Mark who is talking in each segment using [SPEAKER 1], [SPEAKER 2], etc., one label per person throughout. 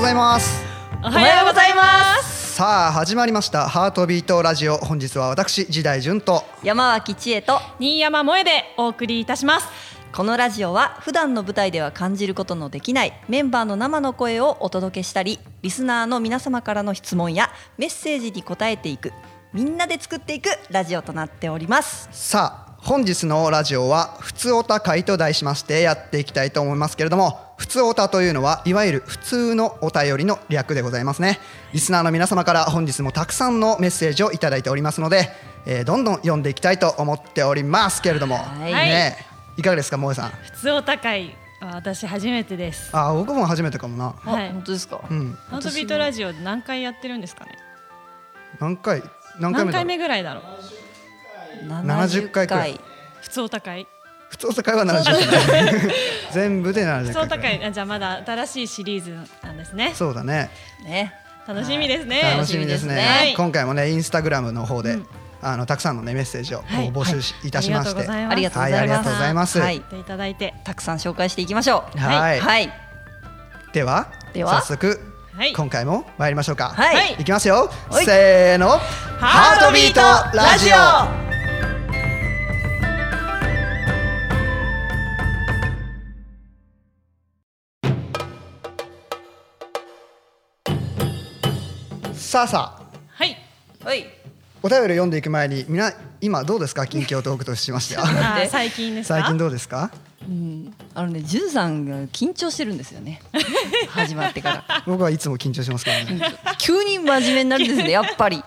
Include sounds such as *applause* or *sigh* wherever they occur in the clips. [SPEAKER 1] ざいます
[SPEAKER 2] おはようございます
[SPEAKER 1] さあ始まりましたハートビートラジオ本日は私時代順と
[SPEAKER 3] 山脇千恵と
[SPEAKER 2] 新山萌えでお送りいたします
[SPEAKER 3] このラジオは普段の舞台では感じることのできないメンバーの生の声をお届けしたりリスナーの皆様からの質問やメッセージに答えていくみんなで作っていくラジオとなっております
[SPEAKER 1] さあ本日のラジオは「ふつおた会」と題しましてやっていきたいと思いますけれども「ふつおた」というのはいわゆる普通のお便りの略でございますねリスナーの皆様から本日もたくさんのメッセージをいただいておりますので、えーどんどん読んでいきたいと思っておりますけれども、
[SPEAKER 3] はい
[SPEAKER 1] ねえいかがですか萌えさん
[SPEAKER 2] 普通お高いは私初めてです
[SPEAKER 1] あ僕も初めてかもな
[SPEAKER 2] はい
[SPEAKER 3] あ本当ですか、
[SPEAKER 1] うん
[SPEAKER 2] ハートビートラジオ何回やってるんですかね
[SPEAKER 1] 何回何回目だ
[SPEAKER 2] 何回
[SPEAKER 1] ろう
[SPEAKER 2] 目ぐらいだろう
[SPEAKER 1] 70回くらい
[SPEAKER 2] 普通お高い
[SPEAKER 1] 普通おた会は70回全部で
[SPEAKER 2] 普
[SPEAKER 1] 70
[SPEAKER 2] 通お
[SPEAKER 1] 回
[SPEAKER 2] 高いあじゃあまだ新しいシリーズなんですね
[SPEAKER 1] そうだね
[SPEAKER 3] ね
[SPEAKER 2] 楽しみですね、
[SPEAKER 1] 楽しみですね、
[SPEAKER 2] はい
[SPEAKER 1] 今回もねインスタグラムの方で、あのたくさんのねメッセージをこう
[SPEAKER 2] はい
[SPEAKER 1] 募集し、い、たしまして
[SPEAKER 2] ありがとうございます
[SPEAKER 3] ありがとうございます、
[SPEAKER 1] はいありがとうございます
[SPEAKER 2] やって
[SPEAKER 3] は
[SPEAKER 2] いただいて
[SPEAKER 3] たくさん紹介していきましょう
[SPEAKER 1] はい
[SPEAKER 3] はい
[SPEAKER 1] では
[SPEAKER 3] では
[SPEAKER 1] 早速、
[SPEAKER 2] はい
[SPEAKER 1] 今回も参りましょうか
[SPEAKER 3] はい
[SPEAKER 2] はい
[SPEAKER 1] いきますよ
[SPEAKER 3] はい
[SPEAKER 1] せーの
[SPEAKER 2] ハートビート
[SPEAKER 1] ラジオさあさあ
[SPEAKER 2] はい
[SPEAKER 3] はい
[SPEAKER 1] お便りを読んでいく前にみな今どうですか近況トークとしましては
[SPEAKER 2] あ
[SPEAKER 3] で
[SPEAKER 2] ー最近ですか
[SPEAKER 1] 最近どうですか
[SPEAKER 3] うんあのねじゅんさんが緊張してるんですよね始まってから
[SPEAKER 1] *laughs* 僕はいつも緊張しますからね
[SPEAKER 3] 急に真面目になるんですねやっぱり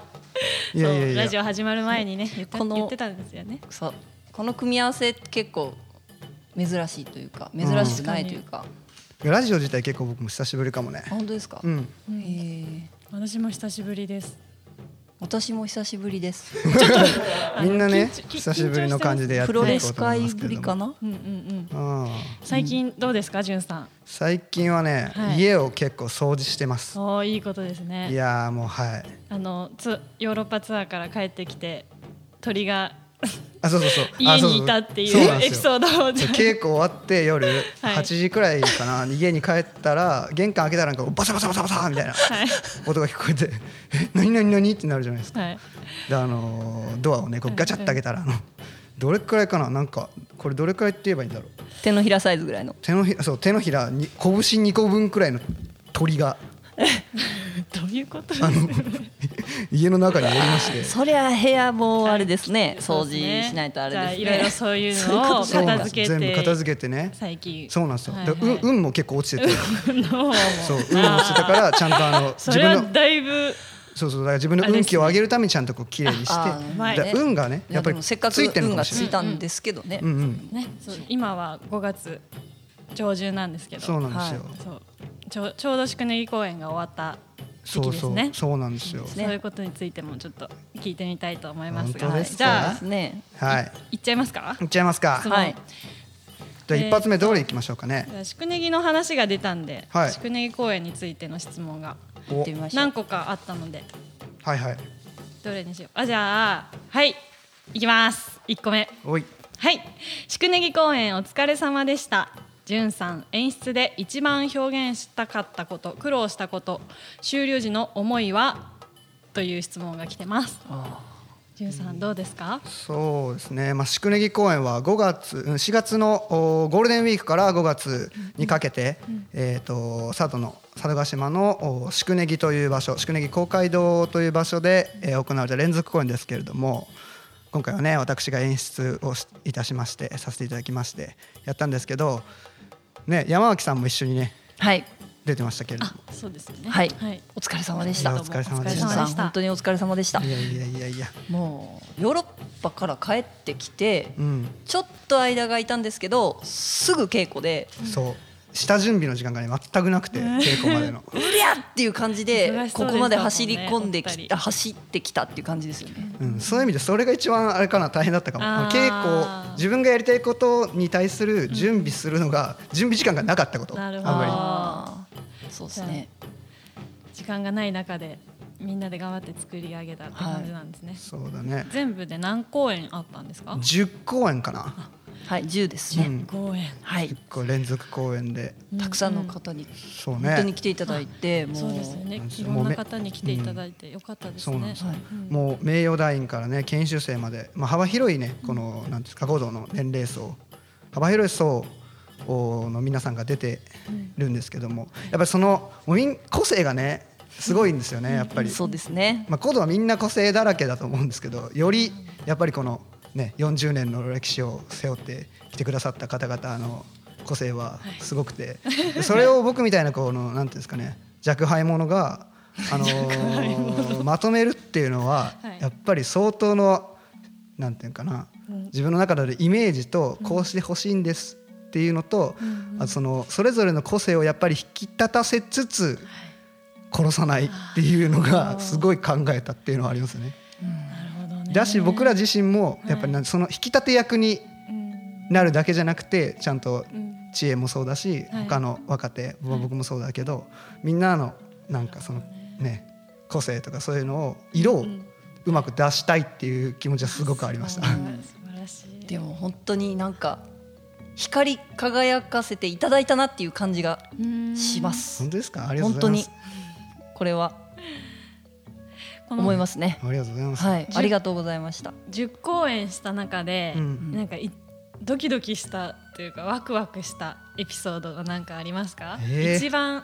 [SPEAKER 1] いやいやい
[SPEAKER 2] そう
[SPEAKER 1] や
[SPEAKER 2] ラジオ始まる前にね言った
[SPEAKER 3] この
[SPEAKER 2] 言ってたんですよね
[SPEAKER 3] そうこの組み合わせ結構珍しいというか珍しくないというか、
[SPEAKER 1] ラジオ自体結構僕も久しぶりかもね
[SPEAKER 3] あ本当ですか、
[SPEAKER 1] うん
[SPEAKER 3] えー
[SPEAKER 2] 私も久しぶりです
[SPEAKER 3] 私も久しぶりです
[SPEAKER 1] みんなね
[SPEAKER 2] 緊張緊
[SPEAKER 1] 久しぶりの感じでやってい
[SPEAKER 3] プ
[SPEAKER 1] こう
[SPEAKER 3] ロ
[SPEAKER 1] と思い
[SPEAKER 3] レ
[SPEAKER 1] ま
[SPEAKER 3] ス
[SPEAKER 1] すけれども
[SPEAKER 3] 会ぶりかな
[SPEAKER 2] うんうんうん
[SPEAKER 1] うん
[SPEAKER 2] 最近どうですかじゅんさん
[SPEAKER 1] 最近はね、
[SPEAKER 2] はい
[SPEAKER 1] 家を結構掃除してます
[SPEAKER 2] おーいいことです
[SPEAKER 1] い
[SPEAKER 2] ね
[SPEAKER 1] やーもうはい
[SPEAKER 2] あのつヨーロッパツアーから帰ってきて鳥が
[SPEAKER 1] あそうそうそうあ
[SPEAKER 2] 家
[SPEAKER 1] そうそう
[SPEAKER 2] にいたってい
[SPEAKER 1] そうなん
[SPEAKER 2] う
[SPEAKER 1] です
[SPEAKER 2] エピ
[SPEAKER 1] よ
[SPEAKER 2] ソードを
[SPEAKER 1] そう
[SPEAKER 2] じゃ
[SPEAKER 1] 稽古終わって夜
[SPEAKER 2] *laughs* はい
[SPEAKER 1] 8時くらいかな、家に帰ったら玄関開けたらなんかバサバサバサバサみたいな
[SPEAKER 2] あはい
[SPEAKER 1] 音が聞こえて「え何何何?」ってなるじゃないですか
[SPEAKER 2] はい
[SPEAKER 1] であのードアをねこうガチャッと開けたらあのどれくらいかななんかこれどれくらいって言えばいいんだろう
[SPEAKER 3] 手のひらサイズぐらいの
[SPEAKER 1] 手のひらそう手のひらに拳2個分くらいの鳥が *laughs*
[SPEAKER 2] どういうこと
[SPEAKER 1] あの家の中におりま
[SPEAKER 2] *laughs*
[SPEAKER 1] して
[SPEAKER 3] そりゃ部屋もあれですね、
[SPEAKER 2] そう
[SPEAKER 3] 掃
[SPEAKER 2] ですね
[SPEAKER 3] 除しないとあれですね
[SPEAKER 2] じゃあいろいろそういうのを
[SPEAKER 3] そういうこと
[SPEAKER 1] そうなん
[SPEAKER 2] 片
[SPEAKER 1] です
[SPEAKER 2] 付けて
[SPEAKER 1] 全部片付けてね
[SPEAKER 2] 最近
[SPEAKER 1] そうなんですよ、
[SPEAKER 2] はい
[SPEAKER 1] で
[SPEAKER 2] はい
[SPEAKER 1] 運運も結構落ちて
[SPEAKER 2] *laughs*
[SPEAKER 1] て
[SPEAKER 2] のを
[SPEAKER 1] そう運も落ちてたからちゃんとあの
[SPEAKER 2] そ
[SPEAKER 1] 自
[SPEAKER 2] れ
[SPEAKER 1] 分
[SPEAKER 2] は
[SPEAKER 1] の
[SPEAKER 2] だいぶ
[SPEAKER 1] そうそうだから自分の
[SPEAKER 2] あれですね
[SPEAKER 1] 運気を上げるためにちゃんとこう綺麗にして
[SPEAKER 3] あ
[SPEAKER 2] うまいね
[SPEAKER 1] だから運がね
[SPEAKER 3] や
[SPEAKER 1] やっ
[SPEAKER 3] っぱ
[SPEAKER 1] ぱ
[SPEAKER 3] り
[SPEAKER 1] り
[SPEAKER 3] せっかく
[SPEAKER 1] ついてるのか
[SPEAKER 3] 運が
[SPEAKER 1] もし
[SPEAKER 3] つ
[SPEAKER 1] れ
[SPEAKER 3] い
[SPEAKER 1] ない、
[SPEAKER 3] たんですけどね、
[SPEAKER 1] うんうん、
[SPEAKER 2] ねそう今は5月上旬なんですけど
[SPEAKER 1] そうなんですよ、
[SPEAKER 2] そうちょちょうど宿根木公演が終わった時
[SPEAKER 1] そ
[SPEAKER 2] 期
[SPEAKER 1] う
[SPEAKER 2] です
[SPEAKER 1] そう
[SPEAKER 2] ね
[SPEAKER 1] そうなんですよ
[SPEAKER 2] そういうことについてもちょっと聞いてみたいと思いますが
[SPEAKER 1] 本当
[SPEAKER 2] はい
[SPEAKER 1] です
[SPEAKER 2] じ
[SPEAKER 1] か
[SPEAKER 2] ゃ
[SPEAKER 3] で
[SPEAKER 2] あ
[SPEAKER 3] すね
[SPEAKER 1] はい
[SPEAKER 2] いっちゃいますか
[SPEAKER 1] いっちゃいますか
[SPEAKER 2] 質問
[SPEAKER 3] はい
[SPEAKER 1] じゃあ一発目どれいきましょうかね
[SPEAKER 2] じゃあ *laughs* 宿根木の話が出たんで、
[SPEAKER 1] はい
[SPEAKER 2] 宿根木公園についての質問が
[SPEAKER 1] お
[SPEAKER 3] 行ってみましょ
[SPEAKER 2] 何
[SPEAKER 3] う
[SPEAKER 2] 個かあったので
[SPEAKER 1] はいはい
[SPEAKER 2] どれにしようあじゃあはいいきます1個目
[SPEAKER 1] おい
[SPEAKER 2] はい宿根木公演お疲れ様でしたじゅんさん演出で一番表現したかったこと苦労したこと終了時の思いはという質問が来てますじゅんさんどうですか、
[SPEAKER 1] そうですね、まあ、宿根木公園は5月うん4月のおゴールデンウィークから5月にかけて、えー、と佐渡の佐渡島のお宿根木という場所宿根木公会堂という場所で、えー行われた連続公演ですけれども今回はね私が演出をしいたしましてさせていただきましてやったんですけど、ね、山脇さんも一緒にね
[SPEAKER 3] はい
[SPEAKER 1] 出てましたけれども
[SPEAKER 2] あそうですよね
[SPEAKER 3] はい、
[SPEAKER 2] はい、
[SPEAKER 3] お疲れ様でし
[SPEAKER 1] い
[SPEAKER 3] た
[SPEAKER 1] やお疲れ様で
[SPEAKER 3] じ
[SPEAKER 1] し
[SPEAKER 3] ゅ
[SPEAKER 1] た
[SPEAKER 3] んさん本当にお疲れ様でした
[SPEAKER 1] いやいやいやいや、
[SPEAKER 3] もうヨーロッパから帰ってきて、
[SPEAKER 1] うん、
[SPEAKER 3] ちょっと間が空いたんですけどすぐ稽古で
[SPEAKER 1] そう下準備の時間がね全くなくて稽古までの。
[SPEAKER 3] うりゃっていう感じ
[SPEAKER 2] 忙
[SPEAKER 3] で
[SPEAKER 2] しそう
[SPEAKER 3] こ
[SPEAKER 2] です
[SPEAKER 3] こまで走り込んで
[SPEAKER 2] もんねお二
[SPEAKER 3] き
[SPEAKER 2] 人
[SPEAKER 3] た走ってきたっていう感じですよね。
[SPEAKER 1] うん、そういう意味でそれが一番あれかな大変だったかも
[SPEAKER 2] あー
[SPEAKER 1] 稽古自分がやりたいことに対する準備するのが、準備時間がなかったこと
[SPEAKER 2] なるほど
[SPEAKER 1] あんまり
[SPEAKER 3] あーそうですね。
[SPEAKER 2] 時間がない中でみんなで頑張って作り上げたって感じなんですね、
[SPEAKER 1] そうだね
[SPEAKER 2] 全部で何公演あったんですか
[SPEAKER 1] 10公演かな
[SPEAKER 3] はい、10ですね。
[SPEAKER 1] うん
[SPEAKER 2] 公演
[SPEAKER 3] はい
[SPEAKER 1] 結、構連続公演で
[SPEAKER 3] たくさんの方に
[SPEAKER 1] そう
[SPEAKER 3] 本当に
[SPEAKER 1] ね
[SPEAKER 3] 来ていただいて、もう
[SPEAKER 2] そうですよね
[SPEAKER 1] なんです
[SPEAKER 2] い
[SPEAKER 1] よ
[SPEAKER 2] ろん
[SPEAKER 1] もう
[SPEAKER 2] な
[SPEAKER 1] め
[SPEAKER 2] 方に来ていただいてよかったです
[SPEAKER 1] そうなん
[SPEAKER 2] ね
[SPEAKER 1] です
[SPEAKER 3] はい
[SPEAKER 2] うん
[SPEAKER 1] もう名誉団員からね研修生まで、まあ、幅広いねこのなんですか合同の年齢層幅広い層の皆さんが出てるんですけどもやっぱりそのもうみん個性がねすごいんですよねやっぱり。
[SPEAKER 3] そうですね。
[SPEAKER 1] まあ、コードはみんな個性だらけだと思うんですけどよりやっぱりこの、ね、40年の歴史を背負ってきてくださった方々の個性はすごくて、でそれを僕みたいなこのなんていうんですかね若輩者が、あのーまとめるっていうのは、
[SPEAKER 2] はい
[SPEAKER 1] やっぱり相当のなんていうのかな
[SPEAKER 2] うん
[SPEAKER 1] 自分の中でイメージとこうしてほしいんですっていうのと、
[SPEAKER 2] うん
[SPEAKER 1] あとそのそれぞれの個性をやっぱり引き立たせつつ殺さないっていうの
[SPEAKER 2] あー
[SPEAKER 1] がすごい考えたっていうのはありますね。
[SPEAKER 2] なるほどね
[SPEAKER 1] だし僕ら自身もやっぱりなんその引き立て役に
[SPEAKER 2] うん
[SPEAKER 1] なるだけじゃなくてちゃんと
[SPEAKER 2] うん
[SPEAKER 1] 知恵もそうだし
[SPEAKER 2] はい
[SPEAKER 1] 他の若手まあ僕もそうだけどみんなのなんかそのね個性とかそういうのを色をうまく出したいっていう気持ちはすご *laughs* くありました
[SPEAKER 2] そう。素晴らしい
[SPEAKER 3] でも本当になんか光り輝かせていただいたなっていう感じが
[SPEAKER 2] うん
[SPEAKER 3] します。
[SPEAKER 1] *laughs* 本当ですかありがとう
[SPEAKER 3] 本
[SPEAKER 1] ご
[SPEAKER 3] 当
[SPEAKER 1] ざいま
[SPEAKER 3] に
[SPEAKER 1] す。
[SPEAKER 3] これは
[SPEAKER 2] この
[SPEAKER 3] 思いますね。
[SPEAKER 1] ありがとうございます。
[SPEAKER 3] はい、
[SPEAKER 2] じゅ
[SPEAKER 3] ありがとうございました。
[SPEAKER 2] 10公演した中で、
[SPEAKER 1] うん
[SPEAKER 2] なんかいドキドキしたというかワクワクしたエピソードが何かありますか、
[SPEAKER 1] えー
[SPEAKER 2] 一番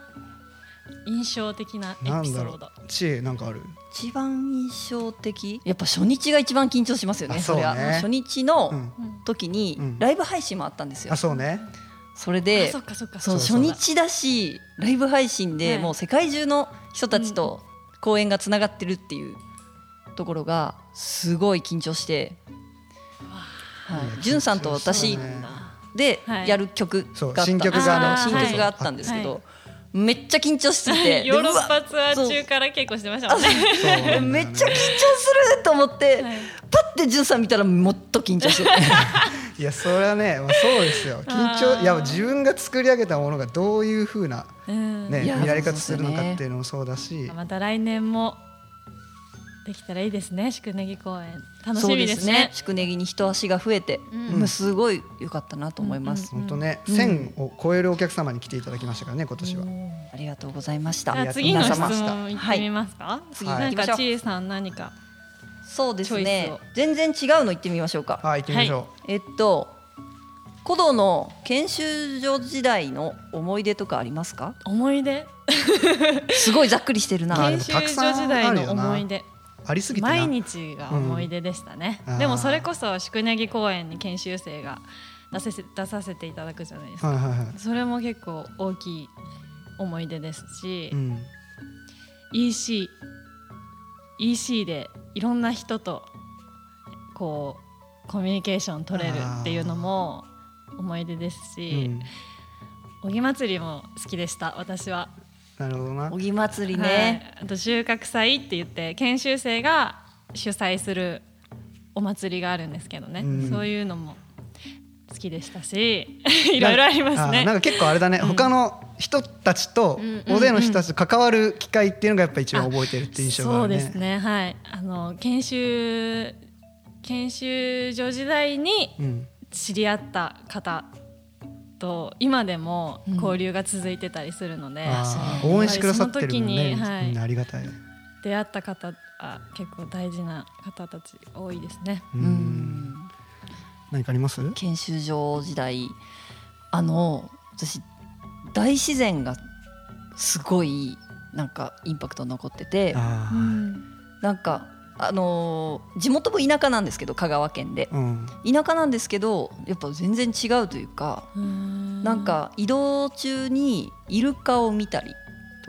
[SPEAKER 2] 印象的なエピソ
[SPEAKER 1] な
[SPEAKER 2] ー
[SPEAKER 1] ん
[SPEAKER 2] ド
[SPEAKER 1] だろう。知恵なんかある。
[SPEAKER 3] 一番印象的、やっぱ初日が一番緊張しますよね。
[SPEAKER 1] あ
[SPEAKER 3] そ
[SPEAKER 1] そうね
[SPEAKER 3] れはもう初日の
[SPEAKER 1] うん
[SPEAKER 2] うん
[SPEAKER 3] 時に
[SPEAKER 1] うん
[SPEAKER 3] ライブ配信もあったんですよ
[SPEAKER 1] あ。そう
[SPEAKER 2] *laughs*
[SPEAKER 1] ね。
[SPEAKER 3] それ
[SPEAKER 2] あ
[SPEAKER 3] で
[SPEAKER 2] そっかそっか
[SPEAKER 3] そう
[SPEAKER 1] そ
[SPEAKER 3] 初
[SPEAKER 1] うそう
[SPEAKER 3] 日だしライブ配信
[SPEAKER 2] は
[SPEAKER 3] で
[SPEAKER 2] い
[SPEAKER 3] もう世界中の人たちと公演がつながってるっていうところがすごい緊張して、はい、じゅんさん
[SPEAKER 1] 緊
[SPEAKER 3] と
[SPEAKER 1] 張
[SPEAKER 3] 私
[SPEAKER 1] するね
[SPEAKER 3] で
[SPEAKER 2] はい
[SPEAKER 3] やる曲
[SPEAKER 1] そう
[SPEAKER 3] があった
[SPEAKER 1] 新曲が
[SPEAKER 3] あ
[SPEAKER 2] あ
[SPEAKER 3] の
[SPEAKER 2] の
[SPEAKER 3] 新曲があったんですけど、めっちゃ緊張しすぎ
[SPEAKER 2] *laughs*
[SPEAKER 3] て
[SPEAKER 2] ヨーロッパ
[SPEAKER 3] で
[SPEAKER 2] ツアー中から稽古してましたもんね。
[SPEAKER 1] そうなんだ
[SPEAKER 3] うわ
[SPEAKER 1] よね
[SPEAKER 3] *laughs* めっちゃ緊張すると思って、
[SPEAKER 2] はい
[SPEAKER 3] パッてじゅんさん見たらもっと緊張してて
[SPEAKER 1] いやそれはね、まあ、そうですよ緊
[SPEAKER 2] あ
[SPEAKER 1] 張
[SPEAKER 2] ー
[SPEAKER 1] いや自分が作り上げたものがどういうふうな、
[SPEAKER 2] うん
[SPEAKER 1] ね
[SPEAKER 3] いや
[SPEAKER 1] 見られ方するのかっていうのもそうだし
[SPEAKER 2] また来年もできたらいいですね。宿根木公演 *laughs* 楽しみですね。
[SPEAKER 3] 宿根木に人足が増えて、
[SPEAKER 2] うん
[SPEAKER 3] まあすごい良かったなと思います、
[SPEAKER 1] 本当ね、
[SPEAKER 3] うん
[SPEAKER 1] 1000を超えるお客様に来ていただきましたからね今年は。
[SPEAKER 3] ありがとうございまし
[SPEAKER 2] じ
[SPEAKER 3] た
[SPEAKER 2] ゃあ
[SPEAKER 1] りがとう
[SPEAKER 2] 次
[SPEAKER 1] ご
[SPEAKER 2] の
[SPEAKER 1] ざいま
[SPEAKER 2] 質
[SPEAKER 1] した
[SPEAKER 2] 問いってみますか。
[SPEAKER 3] 次
[SPEAKER 1] はい
[SPEAKER 2] なん
[SPEAKER 3] 行きましょ
[SPEAKER 2] か
[SPEAKER 3] う
[SPEAKER 2] ちえさん何か
[SPEAKER 3] そうです
[SPEAKER 2] チョイス
[SPEAKER 3] ね
[SPEAKER 2] を
[SPEAKER 3] 全然違うの言ってみましょうか、
[SPEAKER 1] はい行ってみましょう。
[SPEAKER 3] えっと古道の研修所時代の思い出とかありますか
[SPEAKER 2] 思い出
[SPEAKER 3] すごいざっくりしてる
[SPEAKER 1] あ
[SPEAKER 3] な
[SPEAKER 1] で
[SPEAKER 2] 研
[SPEAKER 1] も
[SPEAKER 2] 修
[SPEAKER 1] た
[SPEAKER 2] 所
[SPEAKER 1] くさん
[SPEAKER 2] 時代の思い出。
[SPEAKER 1] ありすぎてな。
[SPEAKER 2] 毎日が思い出でしたね、
[SPEAKER 1] うん
[SPEAKER 2] でもそれこそ宿根木公園に研修生が出せせ出させていただくじゃないですか、
[SPEAKER 1] はいはいはい。
[SPEAKER 2] それも結構大きい思い出ですし、
[SPEAKER 1] うん
[SPEAKER 2] EC EC でいろんな人とこうコミュニケーション取れるっていうのも思い出です
[SPEAKER 1] う
[SPEAKER 2] し
[SPEAKER 1] ん、
[SPEAKER 2] 小木祭りも好きでした私は
[SPEAKER 1] なるほどな
[SPEAKER 3] 小。木祭りね、
[SPEAKER 2] はい、あと収穫祭って言って研修生が主催するお祭りがあるんですけどね、
[SPEAKER 1] うん
[SPEAKER 2] そういうのも好きでし
[SPEAKER 1] *laughs*
[SPEAKER 2] たし *laughs* いろいろあります
[SPEAKER 1] あなん
[SPEAKER 2] ね。
[SPEAKER 1] か結構あれだね、他の人たちと
[SPEAKER 2] うん
[SPEAKER 1] 大勢の人たちと関わる機会っていうのがやっぱ一番覚えてるっていう印象が
[SPEAKER 2] そ
[SPEAKER 1] あ
[SPEAKER 2] う
[SPEAKER 1] るね。
[SPEAKER 2] ですねはいあの研修研修所時代に
[SPEAKER 1] うん。
[SPEAKER 2] 知り合った方と今でも交流が続いてたりするので、
[SPEAKER 1] あー
[SPEAKER 3] そう
[SPEAKER 1] 応援してくださってるもんね。
[SPEAKER 2] その時にはい
[SPEAKER 1] みんなありがたい。
[SPEAKER 2] 出会った方あ結構大事な方たち多いですね。
[SPEAKER 1] う。
[SPEAKER 3] うんん
[SPEAKER 1] 何かあります？
[SPEAKER 3] 研修所時代あの私大自然がすごいなんかインパクト残ってて
[SPEAKER 1] あ
[SPEAKER 2] う
[SPEAKER 1] ー
[SPEAKER 2] ん
[SPEAKER 3] なんかあのー地元も田舎なんですけど香川県で
[SPEAKER 1] うん。
[SPEAKER 3] 田舎なんですけどやっぱ全然違うというか、
[SPEAKER 2] な
[SPEAKER 3] なんか移動中にイルカを見たりとか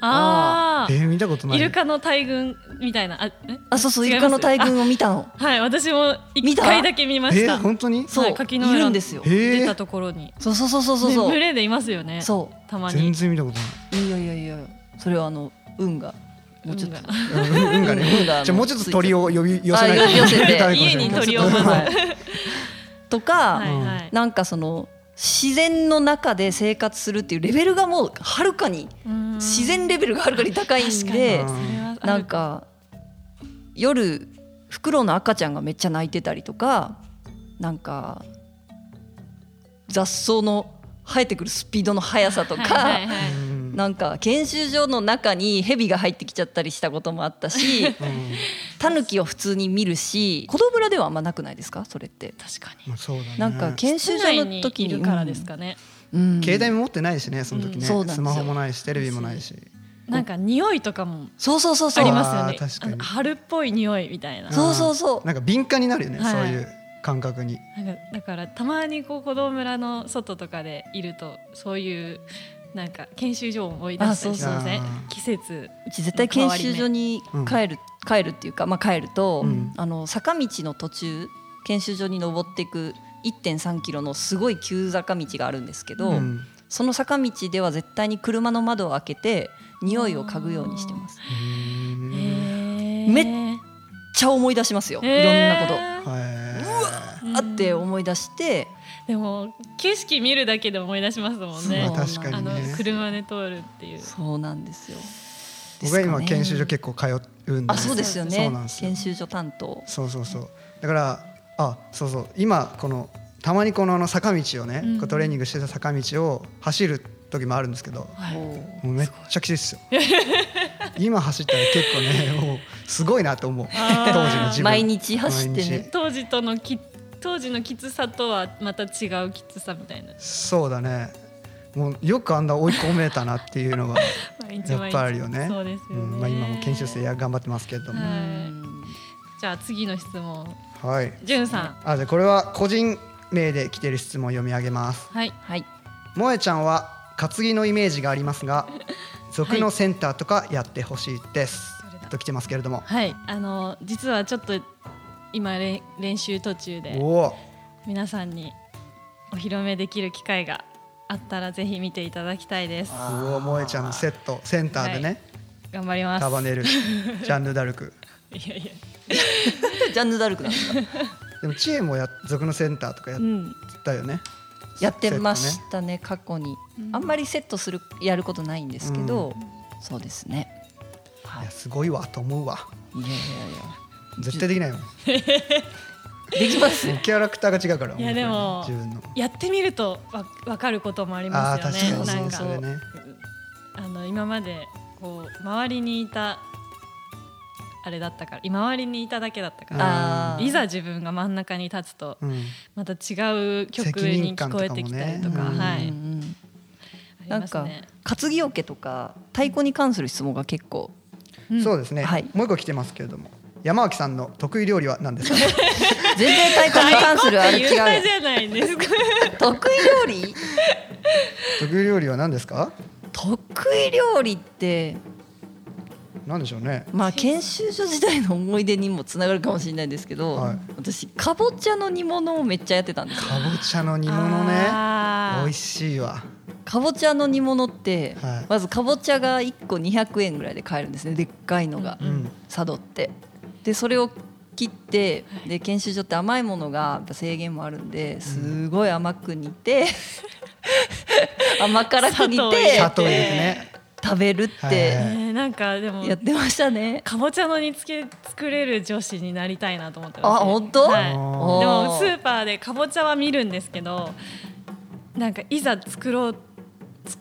[SPEAKER 3] あ
[SPEAKER 2] あ
[SPEAKER 1] え
[SPEAKER 2] ー
[SPEAKER 1] ー、見たことない。
[SPEAKER 2] イルカの大群みたいなあえ
[SPEAKER 3] そうそう
[SPEAKER 2] 違
[SPEAKER 3] イ
[SPEAKER 2] います
[SPEAKER 3] ルカの大群を見たの
[SPEAKER 2] はい私も
[SPEAKER 3] 見
[SPEAKER 2] 一
[SPEAKER 3] た
[SPEAKER 2] 回だけ見まし
[SPEAKER 1] え
[SPEAKER 2] た、
[SPEAKER 1] ー、本当に？
[SPEAKER 3] そう、
[SPEAKER 2] 柿の
[SPEAKER 3] い
[SPEAKER 2] 浦
[SPEAKER 3] るんですよ
[SPEAKER 1] えー
[SPEAKER 2] 出たところに、
[SPEAKER 3] そうそうそうそうそうそ
[SPEAKER 2] ね群
[SPEAKER 3] う
[SPEAKER 2] れでいますよね
[SPEAKER 3] そ
[SPEAKER 2] たま
[SPEAKER 1] 全
[SPEAKER 2] に
[SPEAKER 1] 然見たことないう
[SPEAKER 3] いやいやいやそれはあの運がもうちょっと
[SPEAKER 2] 運
[SPEAKER 1] う
[SPEAKER 3] *laughs*
[SPEAKER 1] ん運がね
[SPEAKER 3] 運が
[SPEAKER 1] じゃあもうちょっと鳥を呼び寄せないと
[SPEAKER 3] あ寄せ
[SPEAKER 1] *laughs*
[SPEAKER 3] て
[SPEAKER 1] ダメかもしれない
[SPEAKER 2] 家に鳥 *laughs* をまず
[SPEAKER 3] *laughs* はいとか、
[SPEAKER 2] はいはい、
[SPEAKER 3] なんかその自然の中で生活するっていうレベルがもうはるかに
[SPEAKER 2] うん
[SPEAKER 3] 自然レベルがはるかに高いん
[SPEAKER 2] 確か
[SPEAKER 3] で
[SPEAKER 2] にそれはある
[SPEAKER 3] なんか夜フクロウの赤ちゃんがめっちゃ泣いてたりとかなんか雑草の生えてくるスピードの速さとか、
[SPEAKER 2] はいはいは
[SPEAKER 1] う
[SPEAKER 2] い
[SPEAKER 1] ん
[SPEAKER 3] なんか研修所の中にヘビが入ってきちゃったりしたこともあっ
[SPEAKER 2] *laughs*
[SPEAKER 3] たし
[SPEAKER 1] うん
[SPEAKER 3] タヌキを普通に見るし子供村ではあんまなくないですかそれって。
[SPEAKER 2] 確かに
[SPEAKER 1] まあそうだね
[SPEAKER 3] なんか研
[SPEAKER 2] 室
[SPEAKER 3] 修所
[SPEAKER 2] 内
[SPEAKER 3] の
[SPEAKER 2] に
[SPEAKER 3] 時
[SPEAKER 2] い
[SPEAKER 3] に
[SPEAKER 2] るからですかね、
[SPEAKER 3] うんうん
[SPEAKER 1] 携帯も持ってないしねその時
[SPEAKER 2] うん
[SPEAKER 1] ね、
[SPEAKER 3] そうなんです
[SPEAKER 1] ス
[SPEAKER 3] よ
[SPEAKER 1] マホもないしテレビもないし
[SPEAKER 2] なんか匂いとかも
[SPEAKER 3] そうそうそうそ
[SPEAKER 2] あ
[SPEAKER 3] う
[SPEAKER 2] りますよね
[SPEAKER 1] あー確か
[SPEAKER 2] あ
[SPEAKER 1] に
[SPEAKER 2] の春っぽい匂いみたいな、
[SPEAKER 1] ん
[SPEAKER 3] そうそうそう
[SPEAKER 1] なんか敏感になるよね、
[SPEAKER 2] はい
[SPEAKER 1] そういう感覚に
[SPEAKER 2] なんかだからたまにこう子供村の外とかでいるとそういうなんか研修所を追い出したりしません
[SPEAKER 1] あそうそう
[SPEAKER 2] 季節
[SPEAKER 3] うち絶対研修所に帰る、帰るっていうか、まあ、帰ると、
[SPEAKER 1] うん
[SPEAKER 3] あの坂道の途中研修所に登っていく1.3キロのすごい急坂道があるんですけど、
[SPEAKER 1] うん
[SPEAKER 3] その坂道では絶対に車の窓を開けて匂いを嗅ぐようにしてます。め
[SPEAKER 1] う
[SPEAKER 3] っ
[SPEAKER 1] ん
[SPEAKER 3] めっ
[SPEAKER 2] めっ
[SPEAKER 3] ちゃ思い出しますよ、いろんなこと。
[SPEAKER 1] は
[SPEAKER 2] うん
[SPEAKER 3] あって思い出して、
[SPEAKER 2] でも景色見るだけで思い出しますもん
[SPEAKER 1] い、
[SPEAKER 3] ね
[SPEAKER 1] ま
[SPEAKER 2] ね
[SPEAKER 1] あ、確か
[SPEAKER 2] あ
[SPEAKER 1] に
[SPEAKER 2] の
[SPEAKER 1] ね
[SPEAKER 2] 車で通るっていう
[SPEAKER 3] そうなんですよ。
[SPEAKER 1] 僕は今
[SPEAKER 3] ですかね
[SPEAKER 1] 研修所結構通うんで
[SPEAKER 3] あ、そうですよ
[SPEAKER 1] そ
[SPEAKER 3] ね
[SPEAKER 1] うなんで。すよ
[SPEAKER 3] 研修所担当。
[SPEAKER 1] そうそうそうだからあそうそう今このたまにこのあの坂道をね、
[SPEAKER 2] うん
[SPEAKER 1] こうトレーニングしてた坂道を走る時もあるんですけども
[SPEAKER 2] はい
[SPEAKER 1] う
[SPEAKER 3] お
[SPEAKER 1] めっちゃきついですよ今走ったら結構ねもうすごいなと思う
[SPEAKER 2] あー
[SPEAKER 1] 当時の自分
[SPEAKER 3] 毎日走ってね
[SPEAKER 1] 毎日
[SPEAKER 2] 当時とのき当時のきつさとはまた違うきつさみたいな
[SPEAKER 1] そうだねもうよくあんな追い込めたなっていうのが
[SPEAKER 2] 毎日
[SPEAKER 1] やっ
[SPEAKER 2] 毎日
[SPEAKER 1] ぱあるよね
[SPEAKER 2] そうですよね、
[SPEAKER 1] うんまあ、今も研修生や頑張ってますけれども、
[SPEAKER 2] は
[SPEAKER 3] うん
[SPEAKER 2] じゃあ次の質問
[SPEAKER 1] はい
[SPEAKER 2] じゅんさん
[SPEAKER 1] あじゃあこれは個人名で来てる質問を読み上げます
[SPEAKER 2] はい
[SPEAKER 3] はい。
[SPEAKER 1] 萌えちゃんは担ぎのイメージがあります
[SPEAKER 2] *laughs*
[SPEAKER 1] が俗のセンターとかやってほしいです、
[SPEAKER 2] それだ
[SPEAKER 1] と来てますけれども
[SPEAKER 2] はいあの実はちょっと今れん練習途中で
[SPEAKER 1] おお
[SPEAKER 2] 皆さんにお披露目できる機会があったらぜひ見ていただきたいです
[SPEAKER 1] うお萌えちゃんのセットセンターでね、
[SPEAKER 2] 頑張ります
[SPEAKER 1] 束ねる *laughs* ジャンヌ・ダルク
[SPEAKER 2] いやいや
[SPEAKER 3] ジャンヌダルクなんですか。
[SPEAKER 1] でも知恵もや俗のセンターとかやっ
[SPEAKER 2] うん
[SPEAKER 1] たよね、
[SPEAKER 3] やってましたね過去に、あんまりセットするやることないんですけど、そうですねはいい
[SPEAKER 1] やすごいわと思うわ
[SPEAKER 3] いやいや
[SPEAKER 1] 絶対でき
[SPEAKER 2] *laughs*
[SPEAKER 1] ないよ
[SPEAKER 3] いやできます
[SPEAKER 1] キャラクターが違うから
[SPEAKER 2] いやでも
[SPEAKER 1] 自分の
[SPEAKER 2] やってみるとわ分かることもあり
[SPEAKER 1] あ
[SPEAKER 2] ま
[SPEAKER 1] あ
[SPEAKER 2] すよ
[SPEAKER 1] ー
[SPEAKER 2] ね
[SPEAKER 1] 確か
[SPEAKER 2] な
[SPEAKER 1] に
[SPEAKER 2] ん
[SPEAKER 1] そ
[SPEAKER 2] か
[SPEAKER 1] うそれね
[SPEAKER 2] あの今までこう周りにいたあれだったから今周りにいただけだったから
[SPEAKER 3] あー
[SPEAKER 2] いざ自分が真ん中に立つと
[SPEAKER 1] うん
[SPEAKER 2] また違う曲
[SPEAKER 1] 責任
[SPEAKER 2] に
[SPEAKER 1] 感
[SPEAKER 2] 聞
[SPEAKER 1] と
[SPEAKER 2] こえ
[SPEAKER 1] かもね
[SPEAKER 2] てきたりとか
[SPEAKER 1] うん
[SPEAKER 2] は
[SPEAKER 3] う
[SPEAKER 2] い
[SPEAKER 3] んうんうん
[SPEAKER 2] あり
[SPEAKER 3] な
[SPEAKER 2] ま
[SPEAKER 3] ん
[SPEAKER 2] す
[SPEAKER 3] か、
[SPEAKER 2] ね
[SPEAKER 3] 担ぎ桶とか太鼓に関する質問が結構
[SPEAKER 2] ん
[SPEAKER 1] そうですね、
[SPEAKER 3] はい
[SPEAKER 1] もう一個来てますけれども山脇さんの得意料理は何ですか
[SPEAKER 3] 全然太鼓に関するあれ
[SPEAKER 2] *laughs* 言った
[SPEAKER 3] 違う
[SPEAKER 2] じゃないですか
[SPEAKER 3] 得意料理
[SPEAKER 1] 得意料理は何ですか
[SPEAKER 3] 得意料理って
[SPEAKER 1] 何でしょうね
[SPEAKER 3] まあ研修所時代の思い出にもつながるかもしれないんですけど、
[SPEAKER 1] はい
[SPEAKER 3] 私かぼちゃの煮物をめっちゃやってたんですよ
[SPEAKER 1] かぼちゃの煮物ね
[SPEAKER 2] あー
[SPEAKER 1] 美味しいわ
[SPEAKER 3] かぼちゃの煮物って、
[SPEAKER 1] はい
[SPEAKER 3] まずかぼちゃが1個200円ぐらいで買えるんですねでっかいのが、
[SPEAKER 1] う
[SPEAKER 2] うんん
[SPEAKER 3] 佐渡ってでそれを切ってで研修所って甘いものがやっぱ制限もあるんですごい甘く煮て、
[SPEAKER 1] *laughs*
[SPEAKER 3] 甘辛く煮
[SPEAKER 2] 砂糖入れ
[SPEAKER 3] て
[SPEAKER 1] 砂糖入れてね
[SPEAKER 3] 食べるっ
[SPEAKER 2] え
[SPEAKER 1] は
[SPEAKER 3] て
[SPEAKER 2] ーなんかでも
[SPEAKER 3] やってましたね。
[SPEAKER 2] かぼちゃの煮つけ作れる女子になりたいなと思って
[SPEAKER 3] あ
[SPEAKER 2] ます
[SPEAKER 3] 本当、
[SPEAKER 2] は
[SPEAKER 1] お
[SPEAKER 2] い、で
[SPEAKER 3] お
[SPEAKER 2] も
[SPEAKER 3] ー
[SPEAKER 2] スーパーでかぼちゃは見るんですけどなんかいざ作ろう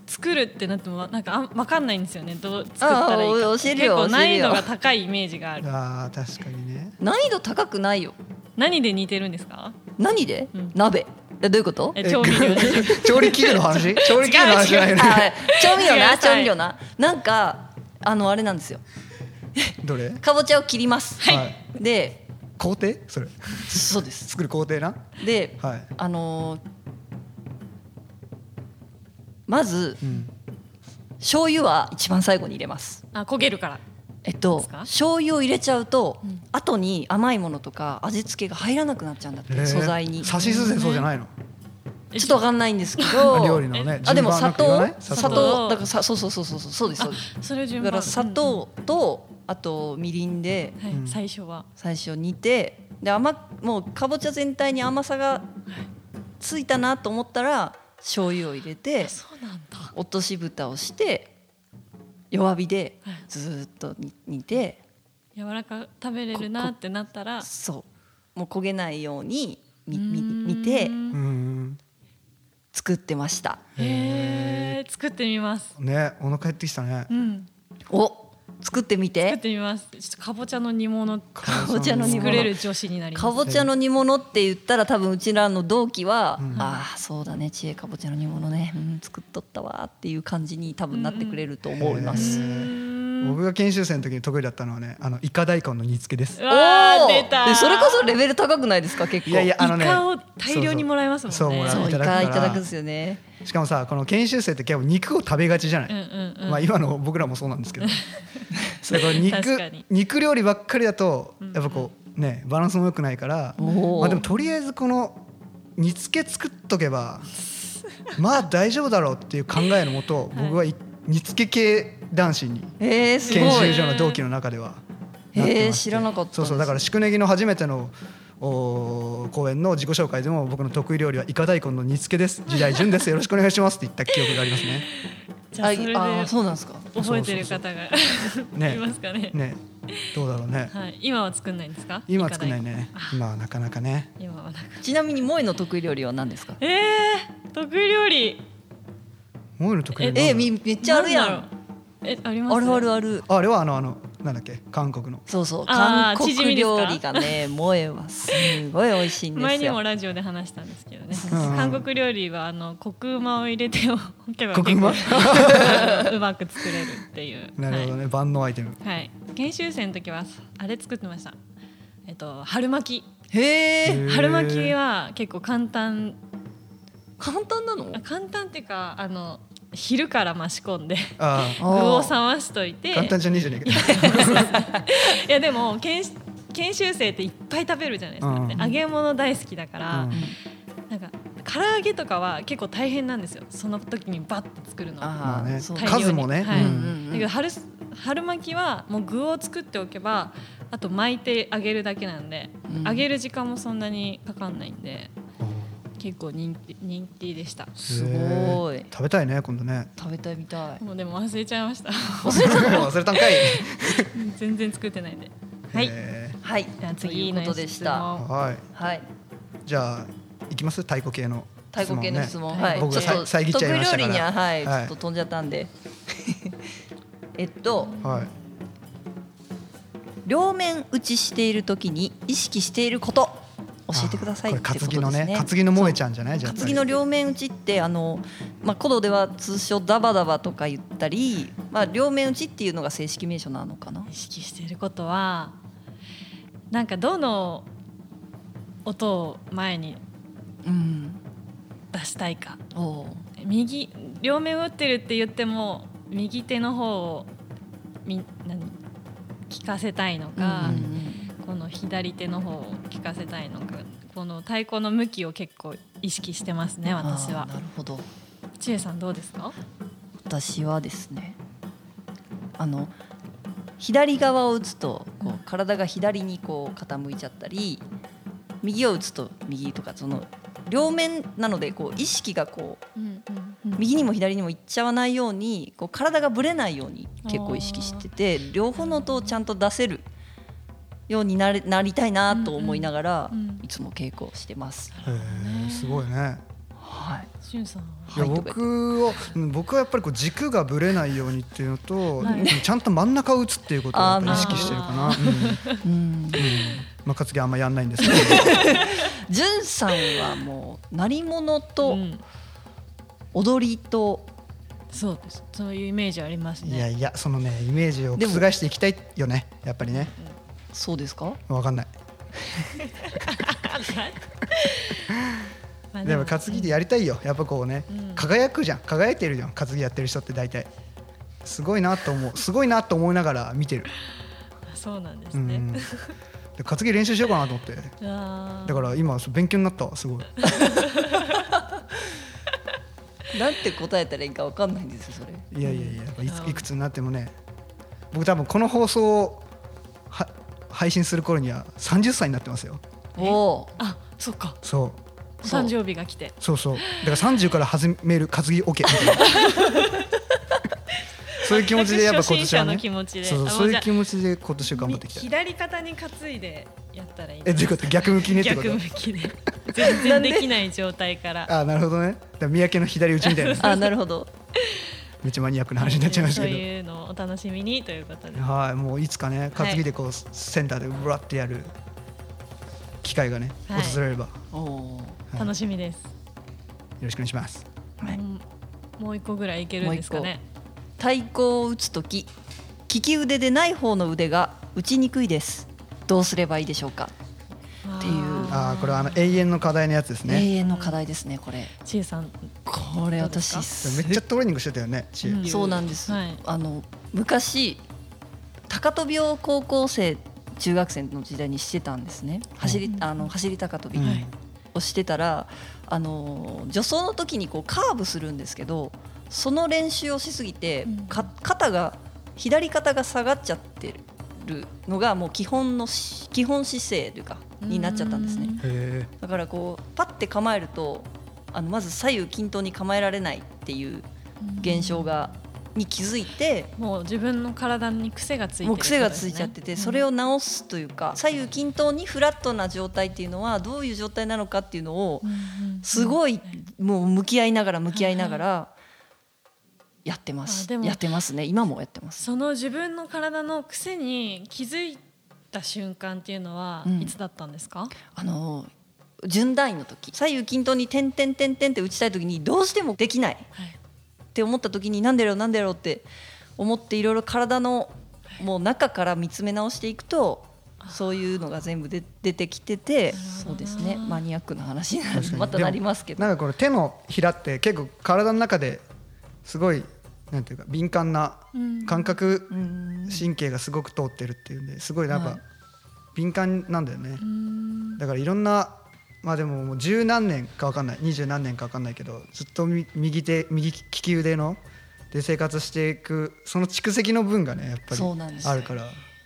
[SPEAKER 2] つ作るってなってもなんかあんわかんないんですよねどう作ったらいい
[SPEAKER 3] あ
[SPEAKER 2] か
[SPEAKER 3] お教える
[SPEAKER 2] 結
[SPEAKER 3] よ
[SPEAKER 2] 構難易度
[SPEAKER 3] 教
[SPEAKER 2] が
[SPEAKER 3] える
[SPEAKER 2] 高いイメージがある
[SPEAKER 1] あー確かにね
[SPEAKER 3] 難易度高くないよ
[SPEAKER 2] 何で似てるんですか
[SPEAKER 3] 何で、
[SPEAKER 2] うん
[SPEAKER 3] 鍋えどういうこと
[SPEAKER 2] え調味料で
[SPEAKER 1] *laughs* 調理器具の話調理器具の話じゃないよね
[SPEAKER 3] あ調味
[SPEAKER 2] 違
[SPEAKER 3] 料
[SPEAKER 2] う違
[SPEAKER 3] な
[SPEAKER 2] う
[SPEAKER 3] 調味料ななんかあのあれなんですよ
[SPEAKER 1] どれ
[SPEAKER 3] かぼちゃを切ります、
[SPEAKER 1] はいはい
[SPEAKER 3] で
[SPEAKER 1] 工程それ
[SPEAKER 3] そうです
[SPEAKER 1] 作る工程な
[SPEAKER 3] で
[SPEAKER 1] はい
[SPEAKER 3] あのーまず
[SPEAKER 1] うん
[SPEAKER 3] 醤油は一番最後に入れます
[SPEAKER 2] あ焦げるから
[SPEAKER 3] えっと
[SPEAKER 2] ですか
[SPEAKER 3] 醤油を入れちゃうと、
[SPEAKER 2] うん
[SPEAKER 3] 後に甘いものとか味付けが入らなくなっちゃうんだって、
[SPEAKER 1] えー
[SPEAKER 3] 素材にちょ
[SPEAKER 1] さしすせそうじゃないの
[SPEAKER 2] え
[SPEAKER 3] っとわかんないんですけ
[SPEAKER 1] あ *laughs*
[SPEAKER 3] ど
[SPEAKER 1] 料理のね
[SPEAKER 3] あでも
[SPEAKER 1] 順番なん
[SPEAKER 3] 砂
[SPEAKER 1] か言わ
[SPEAKER 3] 糖
[SPEAKER 1] ない
[SPEAKER 3] 砂糖
[SPEAKER 2] 砂糖
[SPEAKER 3] だからさそうそうそうそうそうですそうです
[SPEAKER 2] それ順
[SPEAKER 3] だか
[SPEAKER 2] 番
[SPEAKER 3] ら砂、糖とあとみりんで
[SPEAKER 2] うんうん
[SPEAKER 1] うん
[SPEAKER 2] はい、最初は
[SPEAKER 3] 最初煮てで甘もうかぼちゃ全体に甘さがついたなと思ったら醤油を入れて
[SPEAKER 2] そうなんだ
[SPEAKER 3] 落とし蓋をして弱火で
[SPEAKER 2] はい
[SPEAKER 3] ずーっと煮煮て
[SPEAKER 2] 柔らか食べれるなってなったら
[SPEAKER 3] そうもう焦げないようにみ
[SPEAKER 2] うー
[SPEAKER 3] み
[SPEAKER 2] ん
[SPEAKER 3] 見て
[SPEAKER 1] うん
[SPEAKER 3] 作ってました
[SPEAKER 2] へえ作ってみます
[SPEAKER 1] ねお腹減ってきたね
[SPEAKER 2] うん
[SPEAKER 3] お作ってみ
[SPEAKER 2] 作っててみますちょっとかぼちゃの煮物
[SPEAKER 1] か
[SPEAKER 3] ぼちゃの煮物
[SPEAKER 2] 作れる女子になります
[SPEAKER 3] かぼちゃの煮物って言ったら多分うちらの同期は、
[SPEAKER 1] うん
[SPEAKER 3] ああそうだね知恵かぼちゃの煮物ね、うん、作っとったわっていう感じに多分なってくれると思います、
[SPEAKER 1] へ
[SPEAKER 2] う
[SPEAKER 1] ー
[SPEAKER 2] ーん
[SPEAKER 1] 僕が研修生の時に得意だったのはねあのイカ大根の煮付けです
[SPEAKER 2] *laughs* うわー
[SPEAKER 3] お
[SPEAKER 2] 出
[SPEAKER 3] ー
[SPEAKER 2] た
[SPEAKER 3] えそれこそレベル高くないですか結構
[SPEAKER 1] いやいやあのね
[SPEAKER 2] イカを大量にもらえますもんね
[SPEAKER 1] そうそうそうもら
[SPEAKER 3] そううい
[SPEAKER 1] いただくか
[SPEAKER 3] からいただくんですよね
[SPEAKER 1] しかもさこの研修生って結構肉を食べがちじゃない、
[SPEAKER 2] うんうんうん
[SPEAKER 1] まあ、今の僕らもそうなんですけ
[SPEAKER 3] *laughs*
[SPEAKER 1] どそうこう
[SPEAKER 2] 確
[SPEAKER 1] 肉
[SPEAKER 2] かに
[SPEAKER 1] 肉料理ばっかりだと
[SPEAKER 2] うんうん
[SPEAKER 1] やっぱこうねバランスも良くないから、
[SPEAKER 3] おー
[SPEAKER 1] まあ、でもとりあえずこの煮付け作っとけ
[SPEAKER 3] *laughs*
[SPEAKER 1] ばまあ大丈夫だろうっていう考えのもと
[SPEAKER 2] はい
[SPEAKER 1] 僕はい煮付け系男子に
[SPEAKER 3] えー、す
[SPEAKER 1] 研
[SPEAKER 3] ご
[SPEAKER 1] 修
[SPEAKER 3] い
[SPEAKER 1] 所の同期の中では
[SPEAKER 3] へー
[SPEAKER 1] なってまして
[SPEAKER 3] 知らなかった
[SPEAKER 1] そうそうだから宿根木の初めてのお公演の自己紹介でも僕の得意料理はイカ大根の煮付けです時代順ですよろしくお願いしますって言った記憶がありますね。
[SPEAKER 2] じゃあそれで
[SPEAKER 3] ああーそうなんですか
[SPEAKER 2] 覚えてる方が *laughs*
[SPEAKER 1] ね
[SPEAKER 2] いますかね
[SPEAKER 1] ねどうだろうね
[SPEAKER 2] はい今は作んないんですか
[SPEAKER 1] 今は作んないね
[SPEAKER 2] あ
[SPEAKER 1] 今はなかなかね
[SPEAKER 2] 今はなく
[SPEAKER 3] ちなみに萌えの得意料理は何ですか
[SPEAKER 2] えー、得意料理
[SPEAKER 1] モイル得意なの
[SPEAKER 3] えみめっちゃあるや
[SPEAKER 2] なんだ
[SPEAKER 3] ん
[SPEAKER 2] ろうえあります
[SPEAKER 3] あるあるある
[SPEAKER 1] ああれはあのあのなんだっけ韓国の
[SPEAKER 3] そうそう
[SPEAKER 2] あ
[SPEAKER 3] 韓
[SPEAKER 2] ーチヂ
[SPEAKER 3] 国
[SPEAKER 2] ミですか
[SPEAKER 3] 料理がね萌えはすごい美味しいんで
[SPEAKER 2] 前
[SPEAKER 3] す
[SPEAKER 2] にも
[SPEAKER 3] よ
[SPEAKER 2] ラジオで話したんですけどね、
[SPEAKER 1] うん
[SPEAKER 2] 韓国料理はあのコクうまを入
[SPEAKER 1] *laughs*
[SPEAKER 2] れておけば
[SPEAKER 1] コクうま
[SPEAKER 2] 結構 *laughs* うまく作れるっていう
[SPEAKER 1] なるほどね、万能アイテム
[SPEAKER 2] はい、はい、研修生の時はあれ作ってましたえっと春巻
[SPEAKER 3] へ
[SPEAKER 1] へ
[SPEAKER 3] え
[SPEAKER 1] ー
[SPEAKER 2] き春巻きは結構簡単
[SPEAKER 3] 簡単なの
[SPEAKER 2] あ簡単っていうかあの昼からまし込んで
[SPEAKER 1] あ
[SPEAKER 2] 具
[SPEAKER 1] あ
[SPEAKER 2] を冷ましといて
[SPEAKER 1] 簡単じゃねえじゃねえか
[SPEAKER 2] いやでも研研修生っていっぱい食べるじゃないですか、
[SPEAKER 1] うん
[SPEAKER 2] で揚げ物大好きだから、なんか唐揚げとかは結構大変なんですよその時にバッて作るのは
[SPEAKER 1] まあね
[SPEAKER 3] ーそう
[SPEAKER 2] 大量に
[SPEAKER 1] 数もね、
[SPEAKER 2] はい
[SPEAKER 1] うん
[SPEAKER 2] だけど春す春巻きはもう具を作っておけばあと巻いて揚げるだけなんで、
[SPEAKER 3] うん
[SPEAKER 2] 揚げる時間もそんなにかかんないんで
[SPEAKER 1] おー
[SPEAKER 2] 結構人気人気でした
[SPEAKER 3] すごい
[SPEAKER 1] へー食べたいね今度ね
[SPEAKER 3] 食べたいみたい
[SPEAKER 2] もうでも忘れちゃいました
[SPEAKER 1] *laughs*
[SPEAKER 2] *laughs*
[SPEAKER 1] 忘れたんかい
[SPEAKER 2] 全然作ってないんではい
[SPEAKER 1] へー
[SPEAKER 3] はい
[SPEAKER 2] じゃあ
[SPEAKER 3] 次
[SPEAKER 2] 次
[SPEAKER 3] の
[SPEAKER 2] の
[SPEAKER 3] ことでし
[SPEAKER 2] 質
[SPEAKER 3] た
[SPEAKER 2] 問
[SPEAKER 1] はい
[SPEAKER 3] はい
[SPEAKER 1] じゃあ行きます太鼓系の
[SPEAKER 3] 太鼓系の質問、
[SPEAKER 2] 質問ね
[SPEAKER 3] はい、
[SPEAKER 1] 僕が
[SPEAKER 3] ちょっと
[SPEAKER 1] さ遮っ
[SPEAKER 3] 得
[SPEAKER 1] ちゃい
[SPEAKER 3] 意
[SPEAKER 1] ましたか
[SPEAKER 3] 料
[SPEAKER 1] ら
[SPEAKER 3] 理には、はい、
[SPEAKER 1] はい
[SPEAKER 3] ちょっと飛んじゃったんで。 *laughs* えっと、
[SPEAKER 1] ねはい
[SPEAKER 3] 両面打ちしている時に意識していること。教えてください
[SPEAKER 1] あ
[SPEAKER 3] っ
[SPEAKER 1] ーこ
[SPEAKER 3] て
[SPEAKER 1] れ
[SPEAKER 3] こと
[SPEAKER 1] 担ぎの
[SPEAKER 3] です
[SPEAKER 1] ね
[SPEAKER 3] ね。
[SPEAKER 1] 担ぎの萌えちゃんじゃないじゃあ
[SPEAKER 3] 担ぎの両面打ちってあの、まあ、古道では通称ダバダバとか言ったり、まあ、両面打ちっていうのが正式名称なのかな
[SPEAKER 2] 意識していることはなんかどの音を前に
[SPEAKER 3] うん
[SPEAKER 2] 出したいか
[SPEAKER 3] おう
[SPEAKER 2] 右両面打ってるって言っても右手の方をみ何聞かせたいのか、
[SPEAKER 3] うんうん
[SPEAKER 2] この左手の方を聞かせたいのかこの太鼓の向きを結構意識してますね私
[SPEAKER 3] あ
[SPEAKER 2] は
[SPEAKER 3] ーなるほど
[SPEAKER 2] 千恵さんどうですか
[SPEAKER 3] 私はですねあの左側を打つとこ
[SPEAKER 2] うん
[SPEAKER 3] う体が左にこう傾いちゃったり右を打つと右とかその両面なのでこう意識がこう
[SPEAKER 2] うん
[SPEAKER 3] 右にも左にも行っちゃわないようにこう体がぶれないように結構意識してて両方の音をちゃんと出せるようになれなりたいなと思いながら
[SPEAKER 2] うんうんうん
[SPEAKER 3] いつも稽古をしてます。
[SPEAKER 1] へーすごいね
[SPEAKER 3] はい、
[SPEAKER 2] しゅんさんはい
[SPEAKER 1] や
[SPEAKER 3] はい
[SPEAKER 1] 僕をうん僕はやっぱりこう軸がぶれないようにっていうのと、
[SPEAKER 2] はい
[SPEAKER 1] ちゃんと真ん中を打つっていうことをやっぱり意識してるか
[SPEAKER 3] *laughs*
[SPEAKER 1] な。
[SPEAKER 2] あ
[SPEAKER 1] うんうん
[SPEAKER 2] *laughs*
[SPEAKER 3] うん
[SPEAKER 1] まあ、担ぎあんまやんないん
[SPEAKER 3] *laughs*
[SPEAKER 1] ですけど、
[SPEAKER 3] じゅんさんはもう鳴り物と
[SPEAKER 2] うん
[SPEAKER 3] 踊りと
[SPEAKER 2] そうですそういうイメージあります
[SPEAKER 1] いや
[SPEAKER 2] ね
[SPEAKER 1] いやそのねイメージを覆していきたいよねやっぱりね
[SPEAKER 3] そうですか
[SPEAKER 1] わかんない
[SPEAKER 2] *laughs* まあ
[SPEAKER 1] でも担ぎでやりたいよやっぱこうね、
[SPEAKER 2] うん
[SPEAKER 1] 輝くじゃん輝いてるじゃん担ぎやってる人って大体すごいなと
[SPEAKER 2] *laughs*
[SPEAKER 1] 思うすごいなと思いながら見てる、
[SPEAKER 2] そうなんです
[SPEAKER 1] う
[SPEAKER 2] ね、
[SPEAKER 1] ん、で担ぎ練習しようかなと思って
[SPEAKER 2] あー
[SPEAKER 1] だから今そう勉強になったわすごい
[SPEAKER 3] なんて答えたらいいかわかんないんですよそれ。
[SPEAKER 1] いやいやいや、やっぱい
[SPEAKER 2] あ
[SPEAKER 1] つ
[SPEAKER 2] ー
[SPEAKER 1] いくつになってもね僕多分この放送をは配信する頃には30歳になってますよ
[SPEAKER 3] おお。
[SPEAKER 2] あそっか
[SPEAKER 1] そう
[SPEAKER 2] お
[SPEAKER 3] そう
[SPEAKER 2] 誕生日が来て
[SPEAKER 1] そうそうだから30から始める担ぎ OK みたい
[SPEAKER 2] *laughs*
[SPEAKER 1] なそういう気持ちでやっぱ今年はね
[SPEAKER 2] 初心者の気持ちで
[SPEAKER 1] そうそう
[SPEAKER 2] あ
[SPEAKER 1] そうい
[SPEAKER 2] じゃ
[SPEAKER 1] う
[SPEAKER 2] あ
[SPEAKER 1] 気持ちで今年頑張っていきたい
[SPEAKER 2] 左肩に担いでやったらいい
[SPEAKER 1] えどういうこと逆向きねってこ
[SPEAKER 2] 逆
[SPEAKER 1] と
[SPEAKER 2] 向きで全然できない状態から
[SPEAKER 1] あなるほどねだから三宅の左打ちみたいな
[SPEAKER 3] あなるほど
[SPEAKER 1] めっちゃマニアックな話になっちゃいました
[SPEAKER 2] そう
[SPEAKER 1] け
[SPEAKER 2] いうのをお楽しみにということで
[SPEAKER 1] どはいもういつかね担ぎでこう、センターでうわってやる機会がね
[SPEAKER 2] はい
[SPEAKER 1] 訪れれば、よ
[SPEAKER 3] おー
[SPEAKER 1] はい
[SPEAKER 2] 楽しみです、
[SPEAKER 1] ろしくお願いします
[SPEAKER 3] はい
[SPEAKER 2] うんもう一個ぐらいいけるんですかね
[SPEAKER 3] 太鼓を打つとき利き腕でない方の腕が打ちにくいですどうすればいいでしょうか、
[SPEAKER 2] わ
[SPEAKER 3] っていう
[SPEAKER 1] あーこれはあの永遠の課題のやつですね、
[SPEAKER 3] 永遠の課題ですねこれ
[SPEAKER 2] ちいさん
[SPEAKER 3] これ
[SPEAKER 2] どうですか
[SPEAKER 3] 私
[SPEAKER 1] めっちゃトレーニングしてたよねちえ、
[SPEAKER 2] うん
[SPEAKER 3] そうなんです、
[SPEAKER 2] はい
[SPEAKER 3] あの昔高跳びを高校生中学生の時代にしてたんですね走り,、
[SPEAKER 2] うん
[SPEAKER 3] あの走り高跳び
[SPEAKER 1] うん
[SPEAKER 3] をしてたら、あの助走の時にこうカーブするんですけどその練習をしすぎて、
[SPEAKER 2] うん
[SPEAKER 3] か肩が左肩が下がっちゃってるのがもう基本のし基本姿勢というかになっちゃったんですね。
[SPEAKER 1] へ
[SPEAKER 3] だからこうパッて構えるとあのまず左右均等に構えられないってい
[SPEAKER 2] う
[SPEAKER 3] う
[SPEAKER 2] ん
[SPEAKER 3] 現象がに気づいて
[SPEAKER 2] もう自分の体に癖がついてる
[SPEAKER 3] もう癖がついちゃっててそれを直すというか左右均等にフラットな状態っていうのはどういう状態なのかっていうのをすごいもう向き合いながら向き合いながらやってま
[SPEAKER 2] あ
[SPEAKER 3] す
[SPEAKER 2] でも
[SPEAKER 3] やってますね今もやってます
[SPEAKER 2] その自分の体の癖に気づいた瞬間っていうのは
[SPEAKER 3] うん
[SPEAKER 2] いつだったんですか、
[SPEAKER 3] あの順段位の時左右均等に点点点点って打ちたい時にどうしてもできない
[SPEAKER 2] はい
[SPEAKER 3] って思った時になんでだろうなんでだろうって思っていろいろ体のもう中から見つめ直していくとそういうのが全部で出てきてて
[SPEAKER 2] なるほど
[SPEAKER 3] そ
[SPEAKER 2] な
[SPEAKER 3] うですねマニアックな話になる
[SPEAKER 1] 確かに
[SPEAKER 3] また
[SPEAKER 1] でも
[SPEAKER 3] なりますけど
[SPEAKER 1] なんかこの手のひらって結構体の中ですごいなんていうか敏感な
[SPEAKER 2] うん
[SPEAKER 1] 感覚、
[SPEAKER 3] うん
[SPEAKER 1] 神経がすごく通ってるっていうんですごいなん
[SPEAKER 3] は
[SPEAKER 1] か
[SPEAKER 3] い
[SPEAKER 1] 敏感なんだよね、
[SPEAKER 2] うん
[SPEAKER 1] だからいろんなまあでももう十何年かわかんない二十何年かわかんないけどずっとみ右手右利き腕ので生活していくその蓄積の分がねやっぱり
[SPEAKER 3] そうなんですよ
[SPEAKER 1] あるから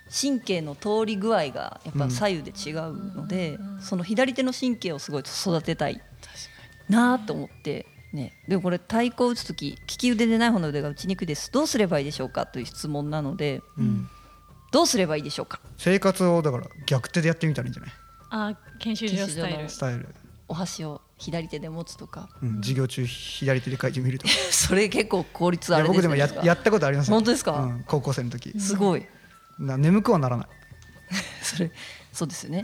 [SPEAKER 3] 神経の通り具合がやっぱ左右で違うので、
[SPEAKER 2] うん
[SPEAKER 3] その左手の神経をすごい育てたいなと思って、ね、でもこれ太鼓を打つ時利き腕でない方の腕が打ちにくいですどうすればいいでしょうかという質問なので
[SPEAKER 1] うん
[SPEAKER 3] どうすればいいでしょうか
[SPEAKER 1] 生活をだから逆手でやってみたらいいんじゃない
[SPEAKER 2] あ研修所スタイル
[SPEAKER 3] 研修
[SPEAKER 1] スタイル、
[SPEAKER 3] お箸を左手で持つとか *laughs*
[SPEAKER 1] うん、授業中左手で書いてみるとか
[SPEAKER 3] それ結構効率あ
[SPEAKER 1] い
[SPEAKER 3] れ
[SPEAKER 1] や
[SPEAKER 3] です
[SPEAKER 1] 僕で
[SPEAKER 3] よ
[SPEAKER 1] も
[SPEAKER 3] ね
[SPEAKER 1] ややったことありますよ
[SPEAKER 3] 本当ですか
[SPEAKER 1] うん、高校生の時
[SPEAKER 3] すごい
[SPEAKER 1] な眠くはならない
[SPEAKER 3] それそうです
[SPEAKER 1] *laughs*
[SPEAKER 3] よね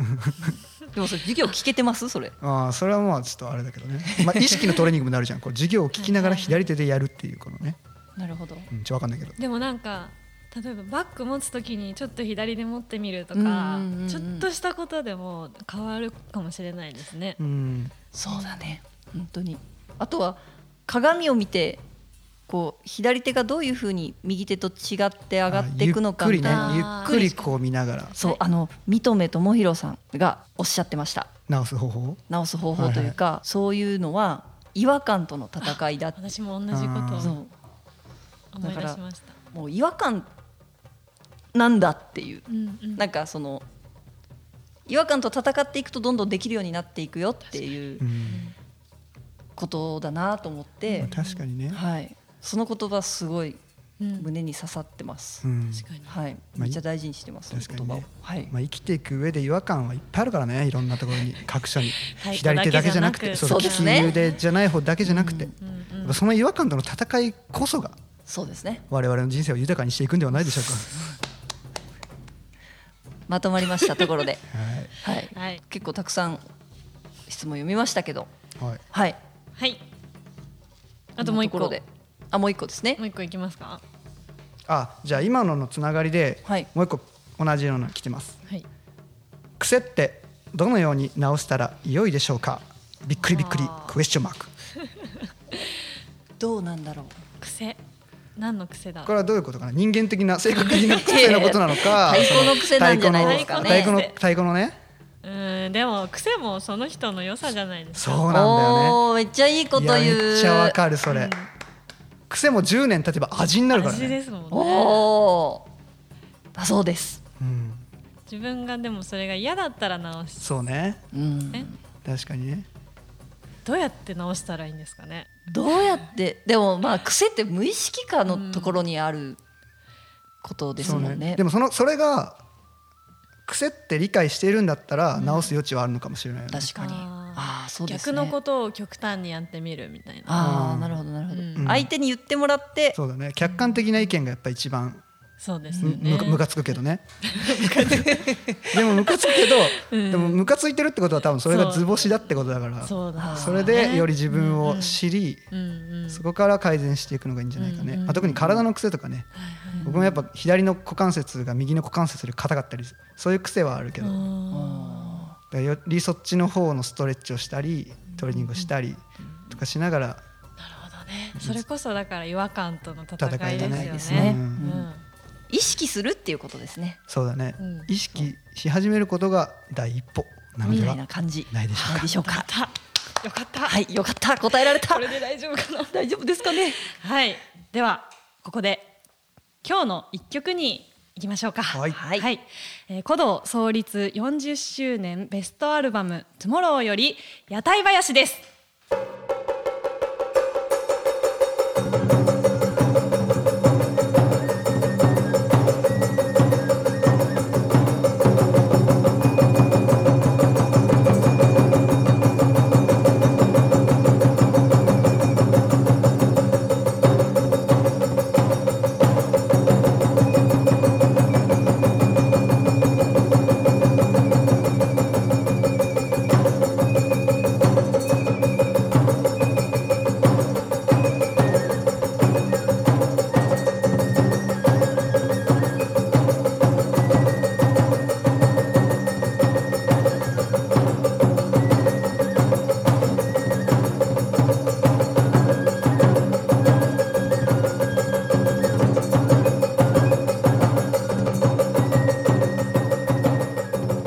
[SPEAKER 3] でもそれ授業聞けてますそれ
[SPEAKER 1] ああそれはまあちょっとあれだけどね、まあ、意識のトレーニングもなるじゃんこう授業を聞きながら左手でやるっていうこのね、
[SPEAKER 3] なるほど
[SPEAKER 1] うん、ちょっと分かんないけど
[SPEAKER 2] でもなんか例えばバッグ持つときにちょっと左で持ってみると
[SPEAKER 3] うん
[SPEAKER 2] か
[SPEAKER 3] うんうんうん
[SPEAKER 2] ちょっとしたことでも変わるかもしれないですね。
[SPEAKER 1] うん
[SPEAKER 3] そうだね本当にあとは鏡を見てこう左手がどういうふうに右手と違って上がっていくのか
[SPEAKER 1] ああ
[SPEAKER 3] み
[SPEAKER 1] ゆったく
[SPEAKER 3] い
[SPEAKER 1] り
[SPEAKER 3] な
[SPEAKER 1] ねゆっくりこう見ながら
[SPEAKER 3] そうあの三留智弘さんがおっしゃってました
[SPEAKER 1] 直す方法
[SPEAKER 3] 直す方法というか、そういうのは違和感との戦いだって
[SPEAKER 2] 私も同じことを
[SPEAKER 3] そ
[SPEAKER 2] 思い出し
[SPEAKER 3] だから
[SPEAKER 2] ました。
[SPEAKER 3] うもう違和感なんだっていう
[SPEAKER 2] うんうん
[SPEAKER 3] なんかその違和感と戦っていくとどんどんできるようになっていくよっていう
[SPEAKER 1] うん
[SPEAKER 3] ことだなと思って、
[SPEAKER 1] まあ確かにね、
[SPEAKER 3] はい、その言葉すごい
[SPEAKER 2] うん
[SPEAKER 3] 胸に刺さってます。
[SPEAKER 1] うん
[SPEAKER 2] 確かに
[SPEAKER 3] はい、
[SPEAKER 1] まあ
[SPEAKER 3] めっちゃ大事にしてます。その言葉を、
[SPEAKER 1] 確か
[SPEAKER 3] はい、
[SPEAKER 1] まあ、生きていく上で違和感はいっぱいあるからねいろんなところに各所に
[SPEAKER 2] 太鼓
[SPEAKER 1] 左手だけじゃなくて
[SPEAKER 2] だけじ
[SPEAKER 1] そ
[SPEAKER 2] ゃなく
[SPEAKER 1] う
[SPEAKER 3] そう
[SPEAKER 1] 利
[SPEAKER 3] です
[SPEAKER 1] き
[SPEAKER 3] ね
[SPEAKER 1] 腕じゃない方だけじゃなくて、
[SPEAKER 2] うん
[SPEAKER 1] や
[SPEAKER 2] う
[SPEAKER 1] っ
[SPEAKER 2] ん
[SPEAKER 1] ぱその違和感との戦いこそが
[SPEAKER 3] そうですね。
[SPEAKER 1] 我々の人生を豊かにしていくんではないでしょう
[SPEAKER 3] まとまりましたとこ
[SPEAKER 1] *laughs*
[SPEAKER 3] ろで、
[SPEAKER 1] か。はい
[SPEAKER 3] はい、
[SPEAKER 2] はい
[SPEAKER 3] 結構たくさん質問読みましたけど、
[SPEAKER 1] はい、
[SPEAKER 3] はい、
[SPEAKER 2] はい。あともう一個
[SPEAKER 3] こんなところで、あ、もう一個ですね
[SPEAKER 2] も。う一個いきますか。
[SPEAKER 1] あじゃあ今ののつながりで、
[SPEAKER 3] はい
[SPEAKER 1] もう一個同じようなの来てます
[SPEAKER 2] はい。
[SPEAKER 1] 癖ってどのように直したら良いでしょうかびっくりびっくり
[SPEAKER 2] あー
[SPEAKER 1] クエスチョンマーク
[SPEAKER 3] どうなんだろう。
[SPEAKER 2] 癖。何の癖だ。
[SPEAKER 1] これはどういうことかな人間的な性格的な癖のことなのか
[SPEAKER 3] *laughs* 太鼓の癖なんじゃないですかね
[SPEAKER 1] 太鼓の太鼓の太鼓のね
[SPEAKER 2] うん、でも癖もその人の良さじゃないです
[SPEAKER 1] そ
[SPEAKER 2] か。
[SPEAKER 1] うなんだよね
[SPEAKER 3] おーめっちゃいいこと
[SPEAKER 1] いや
[SPEAKER 3] 言う。
[SPEAKER 1] めっちゃわかるそれ、癖も10年経てば味になるから
[SPEAKER 2] 味
[SPEAKER 1] ね、
[SPEAKER 2] ですもんね。
[SPEAKER 3] おお、だそうです。
[SPEAKER 1] うん、
[SPEAKER 2] 自分がでもそれが嫌だったら直し。
[SPEAKER 1] そうね
[SPEAKER 3] うん
[SPEAKER 2] ね
[SPEAKER 1] 確かにね
[SPEAKER 2] どうやって直したらいいんですかね。
[SPEAKER 3] どうやってでもまあ癖って無意識化のところにあることですもんね。
[SPEAKER 1] そうでもそのそれが癖って理解しているんだったら直す余地はあるのかもしれないよね、
[SPEAKER 3] 確かに。
[SPEAKER 2] あー
[SPEAKER 3] ああーそうです
[SPEAKER 2] 逆
[SPEAKER 3] ね
[SPEAKER 2] のことを極端にやってみるみたいな
[SPEAKER 3] あ
[SPEAKER 1] う
[SPEAKER 3] あ
[SPEAKER 1] ん
[SPEAKER 3] なるほどなるほど、
[SPEAKER 2] うん
[SPEAKER 3] 相手に言ってもらって
[SPEAKER 1] そうだね客観的な意見がやっぱ一番
[SPEAKER 2] そうですよ
[SPEAKER 1] む
[SPEAKER 2] ね
[SPEAKER 1] むかむかつくけどねでもむかつくけど、でもむかついてるってことは多分それが図星だってことだからそ
[SPEAKER 2] そうだね
[SPEAKER 1] れでより自分を知り、
[SPEAKER 2] うんうん
[SPEAKER 1] そこから改善していくのがいいんじゃないかね、
[SPEAKER 2] うんうん
[SPEAKER 1] あ、特に体の癖とかね、僕もやっぱ左の股関節が右の股関節より硬かったりそういう癖はあるけど、だ
[SPEAKER 2] あ
[SPEAKER 1] からよりそっちの方のストレッチをしたりトレーニングをしたりとかしながら
[SPEAKER 2] ーなるほどねそれこそだから違和感との戦い
[SPEAKER 1] 戦いだね
[SPEAKER 2] ですよ
[SPEAKER 1] う
[SPEAKER 2] ね
[SPEAKER 1] ん
[SPEAKER 2] うん
[SPEAKER 3] 意識するっていうことですね
[SPEAKER 1] そうだね、
[SPEAKER 2] うん
[SPEAKER 1] 意識し始めることが第一歩なの
[SPEAKER 3] み
[SPEAKER 1] で
[SPEAKER 3] たい
[SPEAKER 1] は
[SPEAKER 3] な感じ
[SPEAKER 1] ないでしょうか
[SPEAKER 3] ないでしょうか
[SPEAKER 2] よかった
[SPEAKER 3] はいよかった答えられた
[SPEAKER 2] これで大丈夫かな
[SPEAKER 3] 大丈夫ですかね
[SPEAKER 2] はいではここで今日の一曲に行きましょうか
[SPEAKER 1] はい
[SPEAKER 3] はい
[SPEAKER 2] えー古道創立40周年ベストアルバム「トゥモローより屋台林です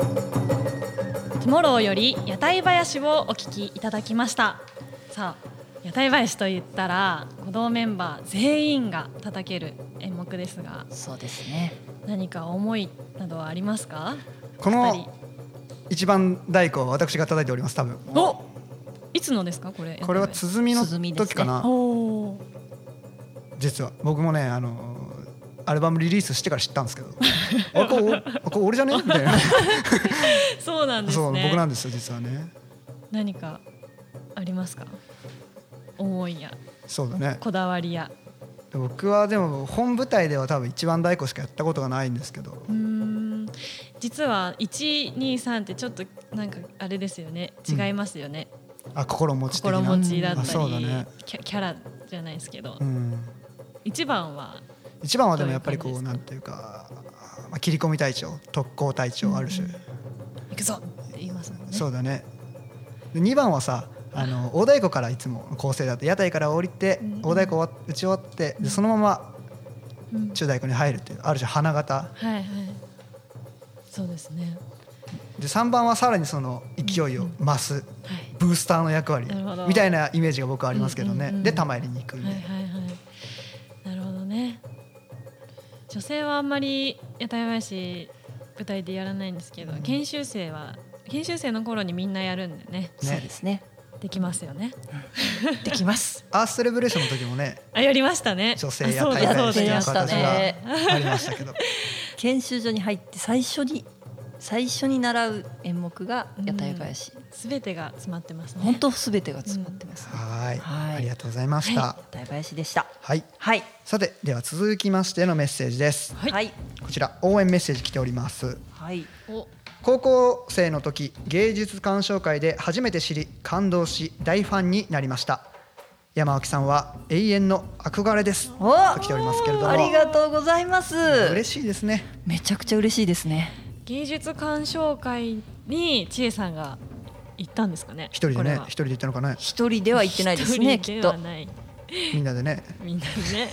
[SPEAKER 2] 「トゥモローより屋台林をお聴きいただきましたさあ屋台林と言ったら古道メンバー全員が叩ける演目ですが
[SPEAKER 3] そうですね
[SPEAKER 2] 何か思いなどはありますか
[SPEAKER 1] こ
[SPEAKER 2] やっぱり
[SPEAKER 1] の一番太鼓は私が叩いております多分
[SPEAKER 2] おいつのですかこれ
[SPEAKER 1] これは
[SPEAKER 2] つ
[SPEAKER 1] 鼓の
[SPEAKER 3] 鼓ですね
[SPEAKER 1] 時かな、
[SPEAKER 2] おー
[SPEAKER 1] 実は僕もねあのアルバムリリースしてから知ったんですけど *laughs* あこれおこれ俺じゃねみたいな
[SPEAKER 2] そうなんですね
[SPEAKER 1] そう僕なんですよ実はね
[SPEAKER 2] 何かありますか思いや
[SPEAKER 1] そうだね
[SPEAKER 2] こだわりや
[SPEAKER 1] 僕はでも本舞台では多分一番太鼓しかやったことがないんですけど
[SPEAKER 2] うーん実は123ってちょっとなんかあれですよね違いますよね、
[SPEAKER 1] あ心持ち的な
[SPEAKER 2] 心持ちだった
[SPEAKER 1] あ
[SPEAKER 2] り、
[SPEAKER 1] そうだね
[SPEAKER 2] キャキャラじゃないですけど、
[SPEAKER 1] うん
[SPEAKER 2] 一番は
[SPEAKER 1] 一番はでもやっぱりこ
[SPEAKER 2] ど
[SPEAKER 1] う
[SPEAKER 2] ういう
[SPEAKER 1] な
[SPEAKER 2] 感
[SPEAKER 1] んていうか、まあ、切り込み隊長特攻隊長ある種、
[SPEAKER 2] 行くぞって言いますもんね
[SPEAKER 1] そうだねで2番はさあの大太鼓からいつも構成だって屋台から降りて
[SPEAKER 2] うん
[SPEAKER 1] 大太鼓終わ打ち終わってでそのまま
[SPEAKER 2] うん
[SPEAKER 1] 中太鼓に入るっていうある種花形
[SPEAKER 2] はいはいそうですね
[SPEAKER 1] で3番はさらにその勢いを増す
[SPEAKER 2] はい
[SPEAKER 1] ブースターの役割
[SPEAKER 2] なるほど
[SPEAKER 1] みたいなイメージが僕はありますけどね、
[SPEAKER 2] うんうんうん
[SPEAKER 1] で玉入りに行くみた
[SPEAKER 2] はいい
[SPEAKER 1] な、
[SPEAKER 2] はいはいなるほどね女性はあんまり屋台林舞台でやらないんですけど、
[SPEAKER 1] うん
[SPEAKER 2] 研修生は研修生の頃にみんなやるんでね
[SPEAKER 1] ね
[SPEAKER 3] そうですね
[SPEAKER 2] できますよね
[SPEAKER 3] できます
[SPEAKER 1] アースセレブレーションの時もね
[SPEAKER 2] あやりましたね
[SPEAKER 1] 女性や
[SPEAKER 2] あそう
[SPEAKER 1] 大
[SPEAKER 2] だ
[SPEAKER 1] 会
[SPEAKER 2] そう
[SPEAKER 1] をして
[SPEAKER 2] だ
[SPEAKER 1] い
[SPEAKER 3] や
[SPEAKER 1] た
[SPEAKER 3] っ
[SPEAKER 1] 形
[SPEAKER 3] た
[SPEAKER 1] が
[SPEAKER 3] ね
[SPEAKER 1] ありましたけど
[SPEAKER 3] 研修所に入って最初に最初に習う演目が屋台林、
[SPEAKER 2] 全てが詰まってますね
[SPEAKER 3] 本当すべてが詰まってます、ね
[SPEAKER 1] はい
[SPEAKER 3] はい
[SPEAKER 1] ありがとうございました、
[SPEAKER 3] 屋台林でした
[SPEAKER 1] はい、
[SPEAKER 3] はい
[SPEAKER 1] さてでは続きましてのメッセージです
[SPEAKER 2] はい
[SPEAKER 3] はい
[SPEAKER 1] こちら応援メッセージ来ております
[SPEAKER 3] はい
[SPEAKER 2] お
[SPEAKER 1] 高校生の時芸術鑑賞会で初めて知り感動し大ファンになりました山脇さんは永遠の憧れです
[SPEAKER 3] お
[SPEAKER 1] と来ておりますけれども
[SPEAKER 3] ありがとうございます
[SPEAKER 1] 嬉しいですね
[SPEAKER 3] めちゃくちゃ嬉しいですね
[SPEAKER 2] 芸術鑑賞会に千恵さんが行ったんですかね
[SPEAKER 1] 一人で
[SPEAKER 2] これ
[SPEAKER 1] ね
[SPEAKER 2] は
[SPEAKER 1] 一人で行ったのかね
[SPEAKER 3] 一人では行ってないですね
[SPEAKER 2] 一人
[SPEAKER 3] きっ
[SPEAKER 2] では
[SPEAKER 3] と
[SPEAKER 2] ない
[SPEAKER 1] みんなでね
[SPEAKER 2] みんなで
[SPEAKER 1] *laughs*
[SPEAKER 2] ね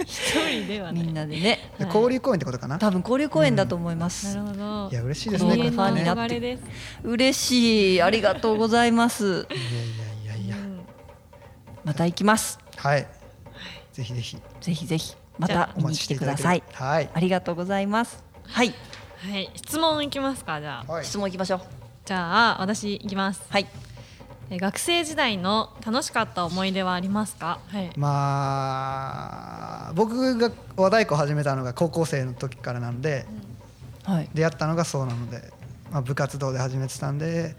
[SPEAKER 2] 一人ではな
[SPEAKER 3] み
[SPEAKER 2] い
[SPEAKER 3] んなでね
[SPEAKER 1] で
[SPEAKER 2] はい
[SPEAKER 1] 交流公演ってことかな
[SPEAKER 3] 多分交流公演だと思います、
[SPEAKER 2] なるほど
[SPEAKER 1] いや嬉しいです
[SPEAKER 2] 永
[SPEAKER 1] ね
[SPEAKER 2] 遠
[SPEAKER 1] これ
[SPEAKER 2] の
[SPEAKER 1] ねいや
[SPEAKER 2] 憧れです
[SPEAKER 3] 嬉しいありがとうございます
[SPEAKER 1] いやいやいや
[SPEAKER 2] うん
[SPEAKER 3] また行きます
[SPEAKER 1] はいぜひぜひ
[SPEAKER 3] ぜひぜひま
[SPEAKER 2] じゃ
[SPEAKER 3] た
[SPEAKER 2] あ
[SPEAKER 1] お
[SPEAKER 3] 見に
[SPEAKER 1] 待ちし
[SPEAKER 3] 来
[SPEAKER 1] て
[SPEAKER 3] て
[SPEAKER 1] い
[SPEAKER 3] く
[SPEAKER 1] ただ
[SPEAKER 3] だ
[SPEAKER 1] け
[SPEAKER 3] さい
[SPEAKER 1] ればはい
[SPEAKER 3] ありがとうございますはい、
[SPEAKER 2] はい、質問いきますかじゃあ、
[SPEAKER 1] はい
[SPEAKER 3] 質問いきましょう
[SPEAKER 2] じゃあ私いきます
[SPEAKER 3] はい
[SPEAKER 2] え学生時代の楽しかった思い出はありますかはい、
[SPEAKER 1] まあ僕が和太鼓を始めたのが高校生の時からなので
[SPEAKER 3] はい
[SPEAKER 1] 出会ったのがそうなので、まあ、部活動で始めてたんで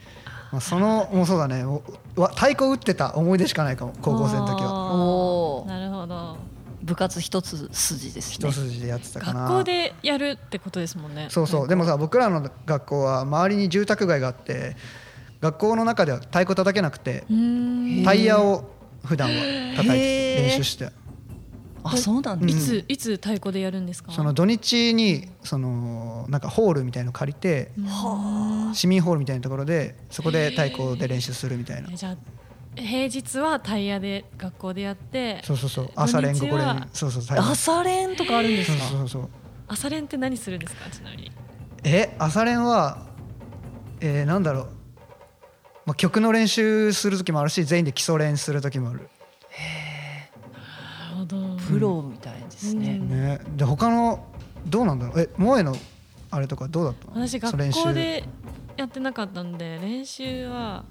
[SPEAKER 1] まあ、そのもうそうだねおわ太鼓打ってた思い出しかないかも高校生の時は
[SPEAKER 3] お
[SPEAKER 2] お
[SPEAKER 3] お
[SPEAKER 2] ー
[SPEAKER 3] ー
[SPEAKER 2] なるほど
[SPEAKER 3] 部活一つ筋ですね
[SPEAKER 1] 一筋でやってたかな
[SPEAKER 2] 学校でやるってことですもんね
[SPEAKER 1] そうそうでもさ僕らの学校は周りに住宅街があって学校の中では太鼓叩けなくて
[SPEAKER 2] うーん
[SPEAKER 1] タイヤを普段は叩いて
[SPEAKER 3] へー
[SPEAKER 1] 練習して
[SPEAKER 3] あそうなん
[SPEAKER 1] うん
[SPEAKER 3] で
[SPEAKER 2] い
[SPEAKER 3] す、
[SPEAKER 2] ついつ太鼓でやるんですか
[SPEAKER 1] その土日にそのなんかホールみたいの借りて
[SPEAKER 3] は
[SPEAKER 1] 市民ホールみたいなところでそこで太鼓で練習するみたいな
[SPEAKER 2] えじゃあ平日はタイヤで学校でやって
[SPEAKER 1] そうそうそう朝練午後
[SPEAKER 2] 土日
[SPEAKER 1] 練
[SPEAKER 2] は
[SPEAKER 1] そうそう太
[SPEAKER 3] あ
[SPEAKER 1] 鼓
[SPEAKER 3] 朝練とかあるんです
[SPEAKER 1] そう
[SPEAKER 3] か
[SPEAKER 1] そうそう
[SPEAKER 2] 朝練って何するんですかちなみに
[SPEAKER 1] え朝練はえー、なんだろう、まあ、曲の練習する時もあるし全員で基礎練する時もある
[SPEAKER 2] なるほど
[SPEAKER 3] プロみたいですね、
[SPEAKER 2] うん
[SPEAKER 1] ねで他のどうなんだろうえ萌えのあれとかどうだったの
[SPEAKER 2] 私
[SPEAKER 1] そ
[SPEAKER 2] 学
[SPEAKER 1] の練習
[SPEAKER 2] 校でやってなかったんで練習は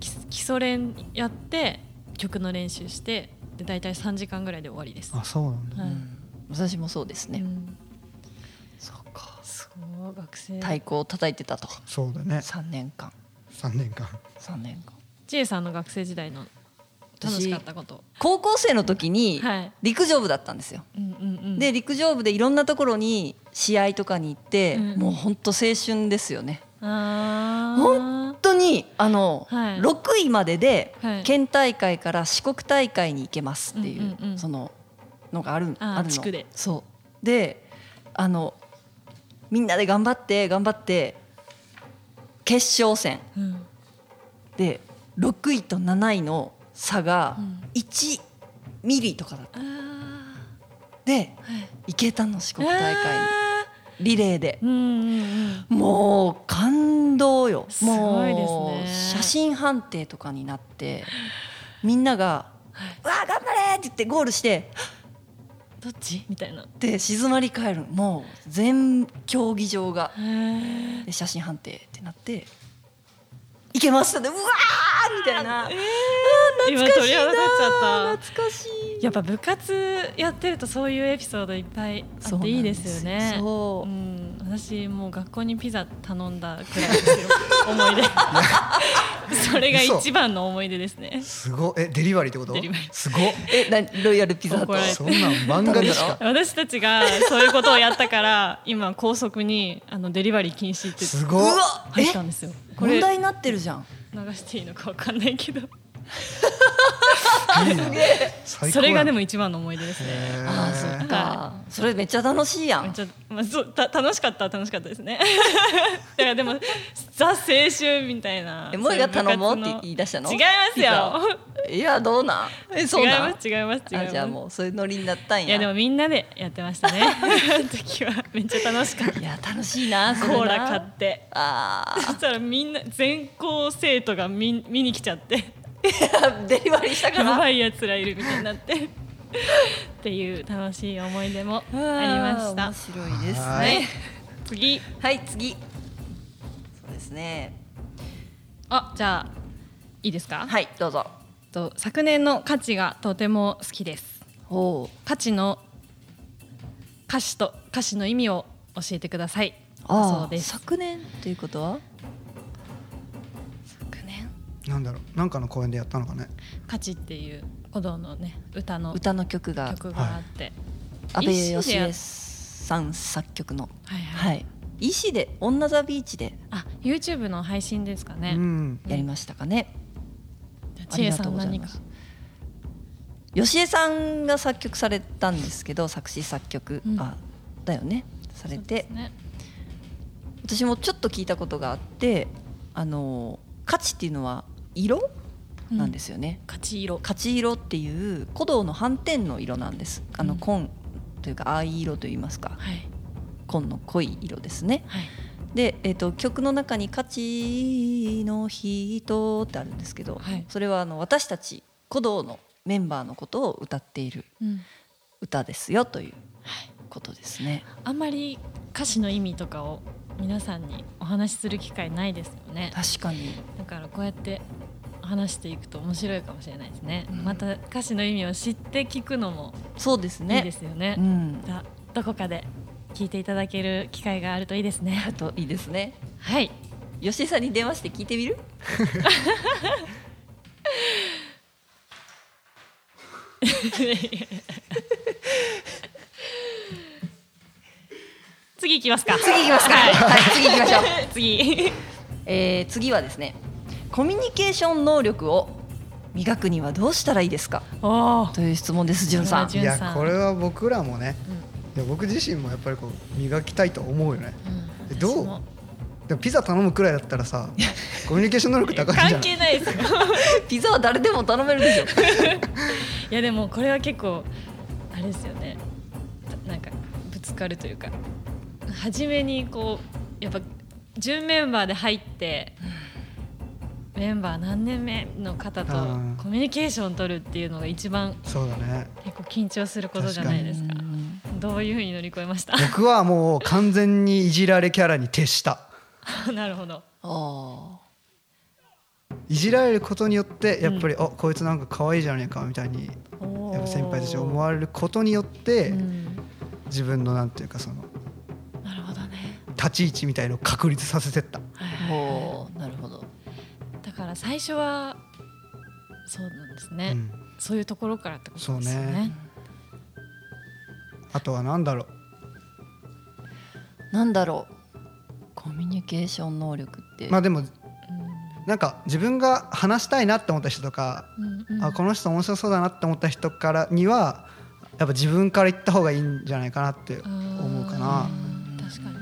[SPEAKER 2] 基基礎練やって曲の練習してで大体3時間ぐらいで終わりです、
[SPEAKER 1] あそうなんだ
[SPEAKER 2] は
[SPEAKER 3] う
[SPEAKER 2] い
[SPEAKER 3] ん私もそうですね、
[SPEAKER 2] うん
[SPEAKER 3] そうか
[SPEAKER 2] そう学生
[SPEAKER 3] 太鼓を叩いてたと
[SPEAKER 1] そうだね
[SPEAKER 3] 3年間
[SPEAKER 1] 3年間
[SPEAKER 3] 三年間
[SPEAKER 2] J さんの学生時代の楽しかったこと
[SPEAKER 3] 高校生の時に
[SPEAKER 2] はい
[SPEAKER 3] 陸上部だったんですよ、
[SPEAKER 2] うんうんうん
[SPEAKER 3] で陸上部でいろんなところに試合とかに行って、
[SPEAKER 2] うん
[SPEAKER 3] もうほんと青春ですよね
[SPEAKER 2] あー
[SPEAKER 3] 本当にあの、
[SPEAKER 2] はい
[SPEAKER 3] 6位までで
[SPEAKER 2] はい
[SPEAKER 3] 県大会から四国大会に行けますっていう,、
[SPEAKER 2] うんうんうん
[SPEAKER 3] そののがある
[SPEAKER 2] あー
[SPEAKER 3] あるの
[SPEAKER 2] 地区で
[SPEAKER 3] そうであのみんなで頑張って頑張って決勝戦
[SPEAKER 2] うん
[SPEAKER 3] で6位と7位の差が
[SPEAKER 2] うん
[SPEAKER 3] 1ミリとかだった
[SPEAKER 2] あー
[SPEAKER 3] で
[SPEAKER 2] はい
[SPEAKER 3] 行けたの四国大会に
[SPEAKER 2] あ
[SPEAKER 3] リレーで
[SPEAKER 2] ーうんうんうん
[SPEAKER 3] もう感動よ
[SPEAKER 2] すごいですね
[SPEAKER 3] もう写真判定とかになってみんなが「うわ頑張れ!」って言ってゴールして
[SPEAKER 2] どっちみたいな
[SPEAKER 3] で静まり返るもう全競技場が
[SPEAKER 2] へー
[SPEAKER 3] で写真判定ってなって「いけます!」で「うわ!」みたいな
[SPEAKER 2] 今鳥肌立っち
[SPEAKER 3] あ
[SPEAKER 2] ゃ
[SPEAKER 3] ー
[SPEAKER 2] った
[SPEAKER 3] 懐かしい
[SPEAKER 2] やっぱ部活やってるとそういうエピソードいっぱいあ
[SPEAKER 3] そ
[SPEAKER 2] っ
[SPEAKER 3] うなん
[SPEAKER 2] ていいですよね、
[SPEAKER 3] ですよそううん
[SPEAKER 2] 私もう学校にピザ頼んだくらいですよ思い
[SPEAKER 3] *laughs*
[SPEAKER 2] 出それが一番の思い出ですね
[SPEAKER 1] すごいえデリバリーってこと
[SPEAKER 2] デリバリー
[SPEAKER 1] すごっ
[SPEAKER 3] えなロイヤルピザと
[SPEAKER 2] 怒られて
[SPEAKER 1] そんなん漫画でしか
[SPEAKER 2] 私たちがそういうことをやったから今高速にあのデリバリー禁止って
[SPEAKER 1] す
[SPEAKER 3] う
[SPEAKER 1] ごっ
[SPEAKER 3] わ
[SPEAKER 2] 入
[SPEAKER 3] え
[SPEAKER 2] ったんですよこれ
[SPEAKER 3] 問題になってるじゃん
[SPEAKER 2] 流していいのかわかんないけど
[SPEAKER 1] いいな最高
[SPEAKER 2] それがでも
[SPEAKER 1] い
[SPEAKER 2] 一番の思い出ですね
[SPEAKER 3] あーそっかそれめっちゃ楽しいや
[SPEAKER 2] めっ
[SPEAKER 3] ん
[SPEAKER 2] ちゃ、まあ、そうた楽しかったは楽しかったですね *laughs* だからでもザ青春みたいな
[SPEAKER 3] え萌えが頼もうって
[SPEAKER 2] そういう部活の
[SPEAKER 3] 言い出したの
[SPEAKER 2] 違います *laughs* よ
[SPEAKER 3] いやどうなんえそう
[SPEAKER 2] 違い
[SPEAKER 3] なん
[SPEAKER 2] ます違います違いま
[SPEAKER 3] あ
[SPEAKER 2] す
[SPEAKER 3] じゃあもうそういうノリになったんや
[SPEAKER 2] いやでもみんなでやってました
[SPEAKER 3] *laughs*
[SPEAKER 2] ねあの時はめっちゃ楽しかっ
[SPEAKER 3] いや楽しいな
[SPEAKER 2] た
[SPEAKER 3] それな
[SPEAKER 2] コーラ買って
[SPEAKER 3] あ
[SPEAKER 2] そしたらみんな全校生徒が見見に来ちゃって
[SPEAKER 3] ー *laughs* デリバリーしたか
[SPEAKER 2] や
[SPEAKER 3] ら
[SPEAKER 2] ばいやつらいるみたいになってっていう楽しい思い出もありまし
[SPEAKER 3] あ
[SPEAKER 2] た
[SPEAKER 3] ー面白いです
[SPEAKER 1] は
[SPEAKER 3] ね
[SPEAKER 2] 次
[SPEAKER 3] はい次そうですね
[SPEAKER 2] あじゃあいいですか
[SPEAKER 3] はいどうぞ
[SPEAKER 2] と昨年の価値がとても好きです
[SPEAKER 3] おう
[SPEAKER 2] 価値の歌詞と歌詞の意味を教えてください
[SPEAKER 3] あ
[SPEAKER 2] そ
[SPEAKER 3] ー
[SPEAKER 2] うです
[SPEAKER 3] 昨年ということは
[SPEAKER 2] 昨年
[SPEAKER 1] なんだろうなんかの公演でやったのかね
[SPEAKER 2] 価値っていう古道のね歌の
[SPEAKER 3] 歌の曲が
[SPEAKER 2] 曲があって、
[SPEAKER 3] 安倍
[SPEAKER 2] 一
[SPEAKER 3] 義
[SPEAKER 2] 緒でや
[SPEAKER 3] 恵さん作曲の
[SPEAKER 2] はいはい
[SPEAKER 3] はい石で「女ザビーチ」で
[SPEAKER 2] あ YouTube の配信ですか
[SPEAKER 1] う
[SPEAKER 2] ね、
[SPEAKER 1] ん
[SPEAKER 3] やりましたかね、
[SPEAKER 2] ちえさ
[SPEAKER 3] ありがとうんござい
[SPEAKER 2] 何
[SPEAKER 3] ま
[SPEAKER 2] か
[SPEAKER 3] す吉江さんが作曲されたんですけど作詞作曲、
[SPEAKER 2] うん
[SPEAKER 3] あだよねされ
[SPEAKER 2] そうで
[SPEAKER 3] て、
[SPEAKER 2] すね
[SPEAKER 3] 私もちょっと聞いたことがあってあの価値っていうのは色
[SPEAKER 2] う
[SPEAKER 3] なんですすよね、
[SPEAKER 2] 勝ち色
[SPEAKER 3] 価値色っていう古道の斑点の色なんですあの
[SPEAKER 2] うん
[SPEAKER 3] 紺というか藍色といいますか
[SPEAKER 2] はい
[SPEAKER 3] 紺の濃い色ですね
[SPEAKER 2] はい
[SPEAKER 3] で、えー、と曲の中に「価値の人」ってあるんですけど、
[SPEAKER 2] はい
[SPEAKER 3] それはあの私たち古道のメンバーのことを歌っている
[SPEAKER 2] うん
[SPEAKER 3] 歌ですよという
[SPEAKER 2] はい
[SPEAKER 3] ことですね。
[SPEAKER 2] あんまり歌詞の意味とかを皆さんにお話しする機会ないですよね
[SPEAKER 3] 確かに
[SPEAKER 2] だからこうやって話していくと面白いかもしれないですね、
[SPEAKER 3] うん
[SPEAKER 2] また歌詞の意味を知って聞くのも
[SPEAKER 3] そうですね。
[SPEAKER 2] いいですよね
[SPEAKER 3] うん、
[SPEAKER 2] またどこかで聞いていただける機会があるといいですね
[SPEAKER 3] あといいですね。
[SPEAKER 2] はい
[SPEAKER 3] 吉井さんに電話して聞いてみる
[SPEAKER 2] 次行きますか
[SPEAKER 3] 次行きますかはい、次行きましょう、
[SPEAKER 2] *laughs* 次
[SPEAKER 3] *laughs* えー、次はですねコミュニケーション能力を磨くにはどうしたらいいですか
[SPEAKER 2] おお
[SPEAKER 3] という質問ですじゅんさん
[SPEAKER 2] こ
[SPEAKER 1] い
[SPEAKER 2] れは
[SPEAKER 1] やこれは僕らもね、いや僕自身もやっぱりこう磨きたいと思うよねえどうでもピザ頼むくらいだったら
[SPEAKER 2] *laughs*
[SPEAKER 1] さコミュニケーション能力高いじゃ
[SPEAKER 2] 関
[SPEAKER 1] ん
[SPEAKER 2] 係ないですよ
[SPEAKER 3] ピザは誰でも頼めるでしょ
[SPEAKER 2] いやでもこれは結構あれですよねななんかぶつかるというか初めにこうやっぱ準メンバーで入ってメンバー何年目の方と
[SPEAKER 1] うん
[SPEAKER 2] コミュニケーション取るっていうのが一番
[SPEAKER 1] そうだね
[SPEAKER 2] 結構緊張することじゃ *laughs* ないですか
[SPEAKER 3] うん
[SPEAKER 2] どういうふうに乗り越えま
[SPEAKER 1] *laughs*
[SPEAKER 2] した
[SPEAKER 1] 僕はもう完全にいじられキャラに徹した
[SPEAKER 2] なるほど
[SPEAKER 3] あ
[SPEAKER 1] いじられることによってやっぱり、あこいつなんか可愛いじゃねえかみたいにやっぱ先輩たちに思われることによって、
[SPEAKER 2] うん
[SPEAKER 1] 自分のなんていうかその
[SPEAKER 2] なるほどね
[SPEAKER 1] 立ち位置みたいのを確立させてった
[SPEAKER 2] はい
[SPEAKER 3] ー
[SPEAKER 2] はいはい
[SPEAKER 3] おーなるほど
[SPEAKER 2] だから最初はそうなんですね、
[SPEAKER 1] うん
[SPEAKER 2] そういうところからってことですよ
[SPEAKER 1] そうね
[SPEAKER 2] ね。
[SPEAKER 1] あとは何だろう
[SPEAKER 3] なんだろうコミュニケーション能力って、
[SPEAKER 1] まあでもなんか自分が話したいなって思った人とか、
[SPEAKER 2] うんうん
[SPEAKER 1] あこの人面白そうだなって思った人からにはやっぱ自分から言った方がいいんじゃないかなって思うかな
[SPEAKER 2] あー確かに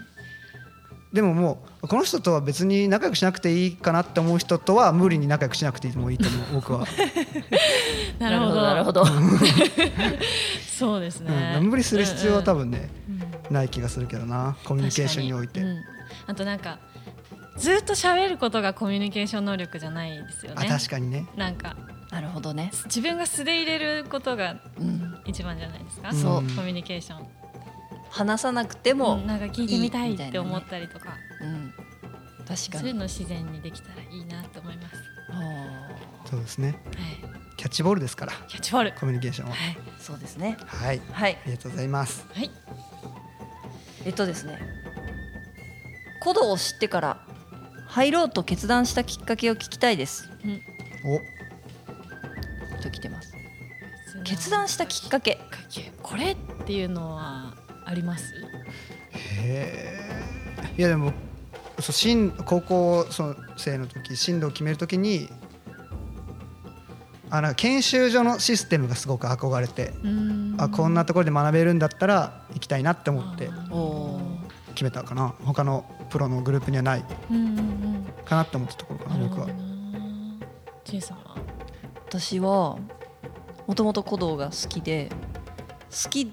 [SPEAKER 1] でももうこの人とは別に仲良くしなくていいかなって思う人とは無理に仲良くしなくてもいいと
[SPEAKER 2] *laughs*
[SPEAKER 1] 思う僕は、
[SPEAKER 2] なるほど
[SPEAKER 3] なるほど
[SPEAKER 2] そうですね、
[SPEAKER 1] うん、無理する必要は多
[SPEAKER 2] 分、
[SPEAKER 1] 分ね、
[SPEAKER 2] うんうん
[SPEAKER 1] ない気がするけどなコミュニケーションにおいて、
[SPEAKER 2] 確かにうんあとなんかずっと喋ることがコミュニケーション能力じゃないですよ
[SPEAKER 1] あ
[SPEAKER 2] ね
[SPEAKER 1] 確かにね
[SPEAKER 2] なんか
[SPEAKER 3] *laughs* なるほどね、
[SPEAKER 2] 自分が素で入れることが
[SPEAKER 3] うん、
[SPEAKER 2] 一番じゃないですか、
[SPEAKER 1] そう
[SPEAKER 2] コミュニケーション
[SPEAKER 3] 話さなくて
[SPEAKER 2] も
[SPEAKER 3] も、う
[SPEAKER 2] うんなんか聞いてみた
[SPEAKER 3] いい
[SPEAKER 2] い
[SPEAKER 3] みた
[SPEAKER 2] っ
[SPEAKER 3] いな
[SPEAKER 2] て
[SPEAKER 3] ね
[SPEAKER 2] 思ったりとか
[SPEAKER 3] 確か
[SPEAKER 2] そういう
[SPEAKER 3] に
[SPEAKER 2] の自然にできたらいいなと思います、は
[SPEAKER 3] あ
[SPEAKER 1] そうですね
[SPEAKER 2] い、
[SPEAKER 1] キャッチボールですから
[SPEAKER 2] キャッチボールは
[SPEAKER 1] コミュニケーションは
[SPEAKER 2] はい
[SPEAKER 3] ーそうですね
[SPEAKER 1] はい
[SPEAKER 3] はい
[SPEAKER 1] ありがとうございます
[SPEAKER 2] はい
[SPEAKER 3] えっとですね古道を知ってから入ろうと決断したきっかけを聞きたいです
[SPEAKER 1] お
[SPEAKER 3] と来てます決断したきっかけ
[SPEAKER 2] かけこれっていうのはあります
[SPEAKER 1] へえいやでもそう進高校その生の時進路を決める時にあなんか研修所のシステムがすごく憧れて、あこんなところで学べるんだったら行きたいなって思って
[SPEAKER 3] お
[SPEAKER 1] 決めたかな他のプロのグループにはない
[SPEAKER 2] うんうん
[SPEAKER 1] かなって思ったところか
[SPEAKER 2] う
[SPEAKER 1] なん僕は
[SPEAKER 2] なるほど。なちえさんは
[SPEAKER 3] 私はもともと古道が好きで好き好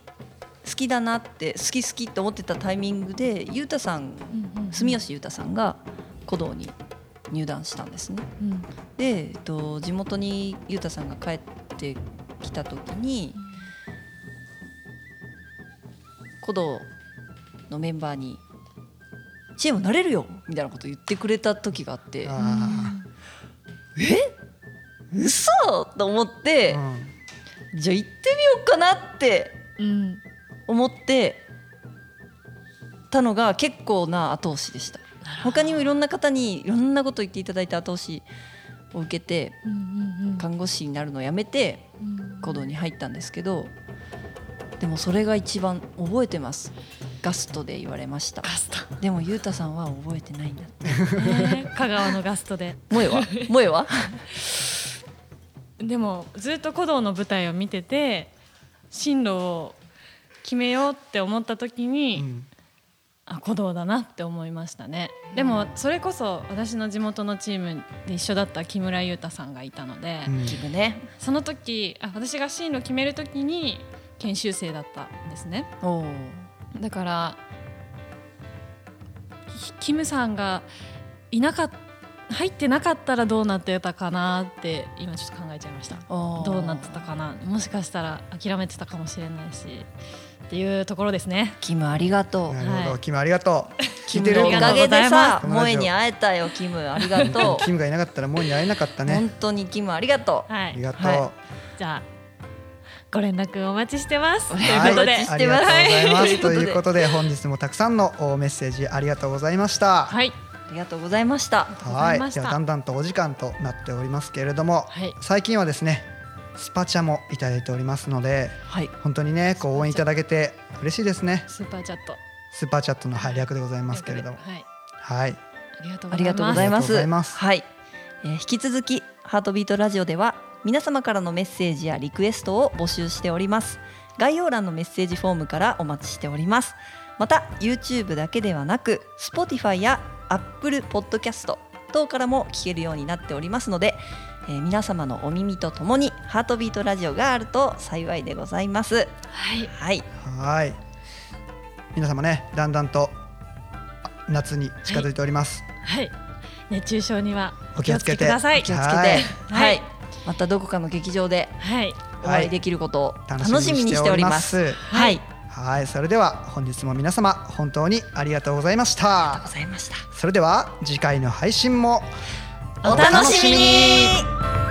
[SPEAKER 3] きだなって好き好きって思ってたタイミングでゆうたさん住吉ゆうたさんが古道に入団したんですね。
[SPEAKER 2] うん
[SPEAKER 3] で、えっと、地元にゆうたさんが帰ってきた時に古道のメンバーに「チームなれるよ!」みたいなこと言ってくれた時があって
[SPEAKER 1] あ
[SPEAKER 3] 「嘘と思って
[SPEAKER 1] ーうん
[SPEAKER 3] じゃあ行ってみようかなって
[SPEAKER 2] うん
[SPEAKER 3] 思ってたのが結構な後押しでした他にもいろんな方にいろんなこと言っていただいた後押しを受けて
[SPEAKER 2] うん
[SPEAKER 3] 看護師になるのをやめて
[SPEAKER 2] うん
[SPEAKER 3] 行動に入ったんですけどでもそれが一番覚えてますガストで言われました
[SPEAKER 2] ガスト
[SPEAKER 3] でもゆうたさんは覚えてないんだって
[SPEAKER 2] ね香川のガストで
[SPEAKER 3] 萌えは萌えは
[SPEAKER 2] でもずっと古道の舞台を見てて進路を決めようって思った時に、
[SPEAKER 1] うん
[SPEAKER 2] あ鼓動だなって思いましたねでもそれこそ私の地元のチームで一緒だった木村優太さんがいたので、
[SPEAKER 1] うん
[SPEAKER 3] 聞くね
[SPEAKER 2] その時あ私が進路決める時に研修生だったんですね
[SPEAKER 3] おー
[SPEAKER 2] だからきキムさんがいなかっ入ってなかったらどうなってたかなって今ちょっと考えちゃいました
[SPEAKER 3] おー
[SPEAKER 2] どうなってたかなもしかしたら諦めてたかもしれないしっていうところですね
[SPEAKER 3] キムありがとう
[SPEAKER 1] なるほ
[SPEAKER 2] は
[SPEAKER 1] ど
[SPEAKER 2] い
[SPEAKER 1] キムありがとう聞いて
[SPEAKER 3] キム
[SPEAKER 1] る
[SPEAKER 3] のおかげでさ
[SPEAKER 1] ありがとうござい
[SPEAKER 3] 萌
[SPEAKER 1] ます
[SPEAKER 3] えに会えたよキムありがと
[SPEAKER 1] *laughs* キムがいなかったらもうに会えなかった
[SPEAKER 3] う
[SPEAKER 1] ね
[SPEAKER 3] 本当にキムありがとう
[SPEAKER 2] は
[SPEAKER 1] あ
[SPEAKER 2] い
[SPEAKER 1] りがとう、
[SPEAKER 3] は
[SPEAKER 2] じゃあご連絡お待ちしてます。と
[SPEAKER 3] お
[SPEAKER 2] い
[SPEAKER 3] 願
[SPEAKER 2] うこと
[SPEAKER 3] お
[SPEAKER 2] で
[SPEAKER 3] 待ち、
[SPEAKER 1] あり
[SPEAKER 3] して
[SPEAKER 1] が
[SPEAKER 3] ま
[SPEAKER 1] とうございます。
[SPEAKER 3] すはい
[SPEAKER 1] ということで、本日もたくさんのおメッセージありがとうございました。
[SPEAKER 2] はい、
[SPEAKER 3] ありがとうございました
[SPEAKER 4] ありがとうございまし
[SPEAKER 1] で
[SPEAKER 4] た
[SPEAKER 1] はだんだんとお時間となっておりますけれども、
[SPEAKER 4] はい
[SPEAKER 1] 最近はですねスパチャもいただいておりますので
[SPEAKER 3] はい
[SPEAKER 1] 本当にねこう応援いただけて嬉しいですね
[SPEAKER 4] スーパーチャット
[SPEAKER 1] スーパーチャットのはい略でございますけれども
[SPEAKER 4] はい
[SPEAKER 1] はい
[SPEAKER 4] ありがとうご
[SPEAKER 3] あ
[SPEAKER 4] ざ
[SPEAKER 3] り
[SPEAKER 4] い
[SPEAKER 3] がとうご
[SPEAKER 4] ます
[SPEAKER 3] ざいま
[SPEAKER 1] ありがとうご
[SPEAKER 3] す
[SPEAKER 1] ざいます
[SPEAKER 3] はい、えー引き続きハートビートラジオでは皆様からのメッセージやリクエストを募集しております概要欄のメッセージフォームからお待ちしておりますまた YouTube だけではなく Spotify や Apple Podcast 等からも聞けるようになっておりますので、えー皆様のお耳とともにハートビートラジオがあると幸いでございます
[SPEAKER 4] はい
[SPEAKER 3] はい
[SPEAKER 1] はい皆様ねだんだんとあ夏に近づいております、
[SPEAKER 4] はい熱中症には
[SPEAKER 1] お気をつけて
[SPEAKER 4] お気ください
[SPEAKER 1] お
[SPEAKER 4] お
[SPEAKER 1] 気
[SPEAKER 4] 気
[SPEAKER 1] を
[SPEAKER 4] を
[SPEAKER 1] つ
[SPEAKER 4] つ
[SPEAKER 1] け
[SPEAKER 4] け
[SPEAKER 1] て
[SPEAKER 4] て
[SPEAKER 3] はい、
[SPEAKER 4] はい
[SPEAKER 3] またどこかの劇場で
[SPEAKER 4] はい
[SPEAKER 3] お会いできることを
[SPEAKER 1] はい
[SPEAKER 3] 楽しみにしております。
[SPEAKER 1] 楽しみにしております
[SPEAKER 3] はい、
[SPEAKER 1] はいそれでは本日も皆様本当にありがとうございました
[SPEAKER 3] ございました。
[SPEAKER 1] それでは次回の配信も
[SPEAKER 3] お楽しみに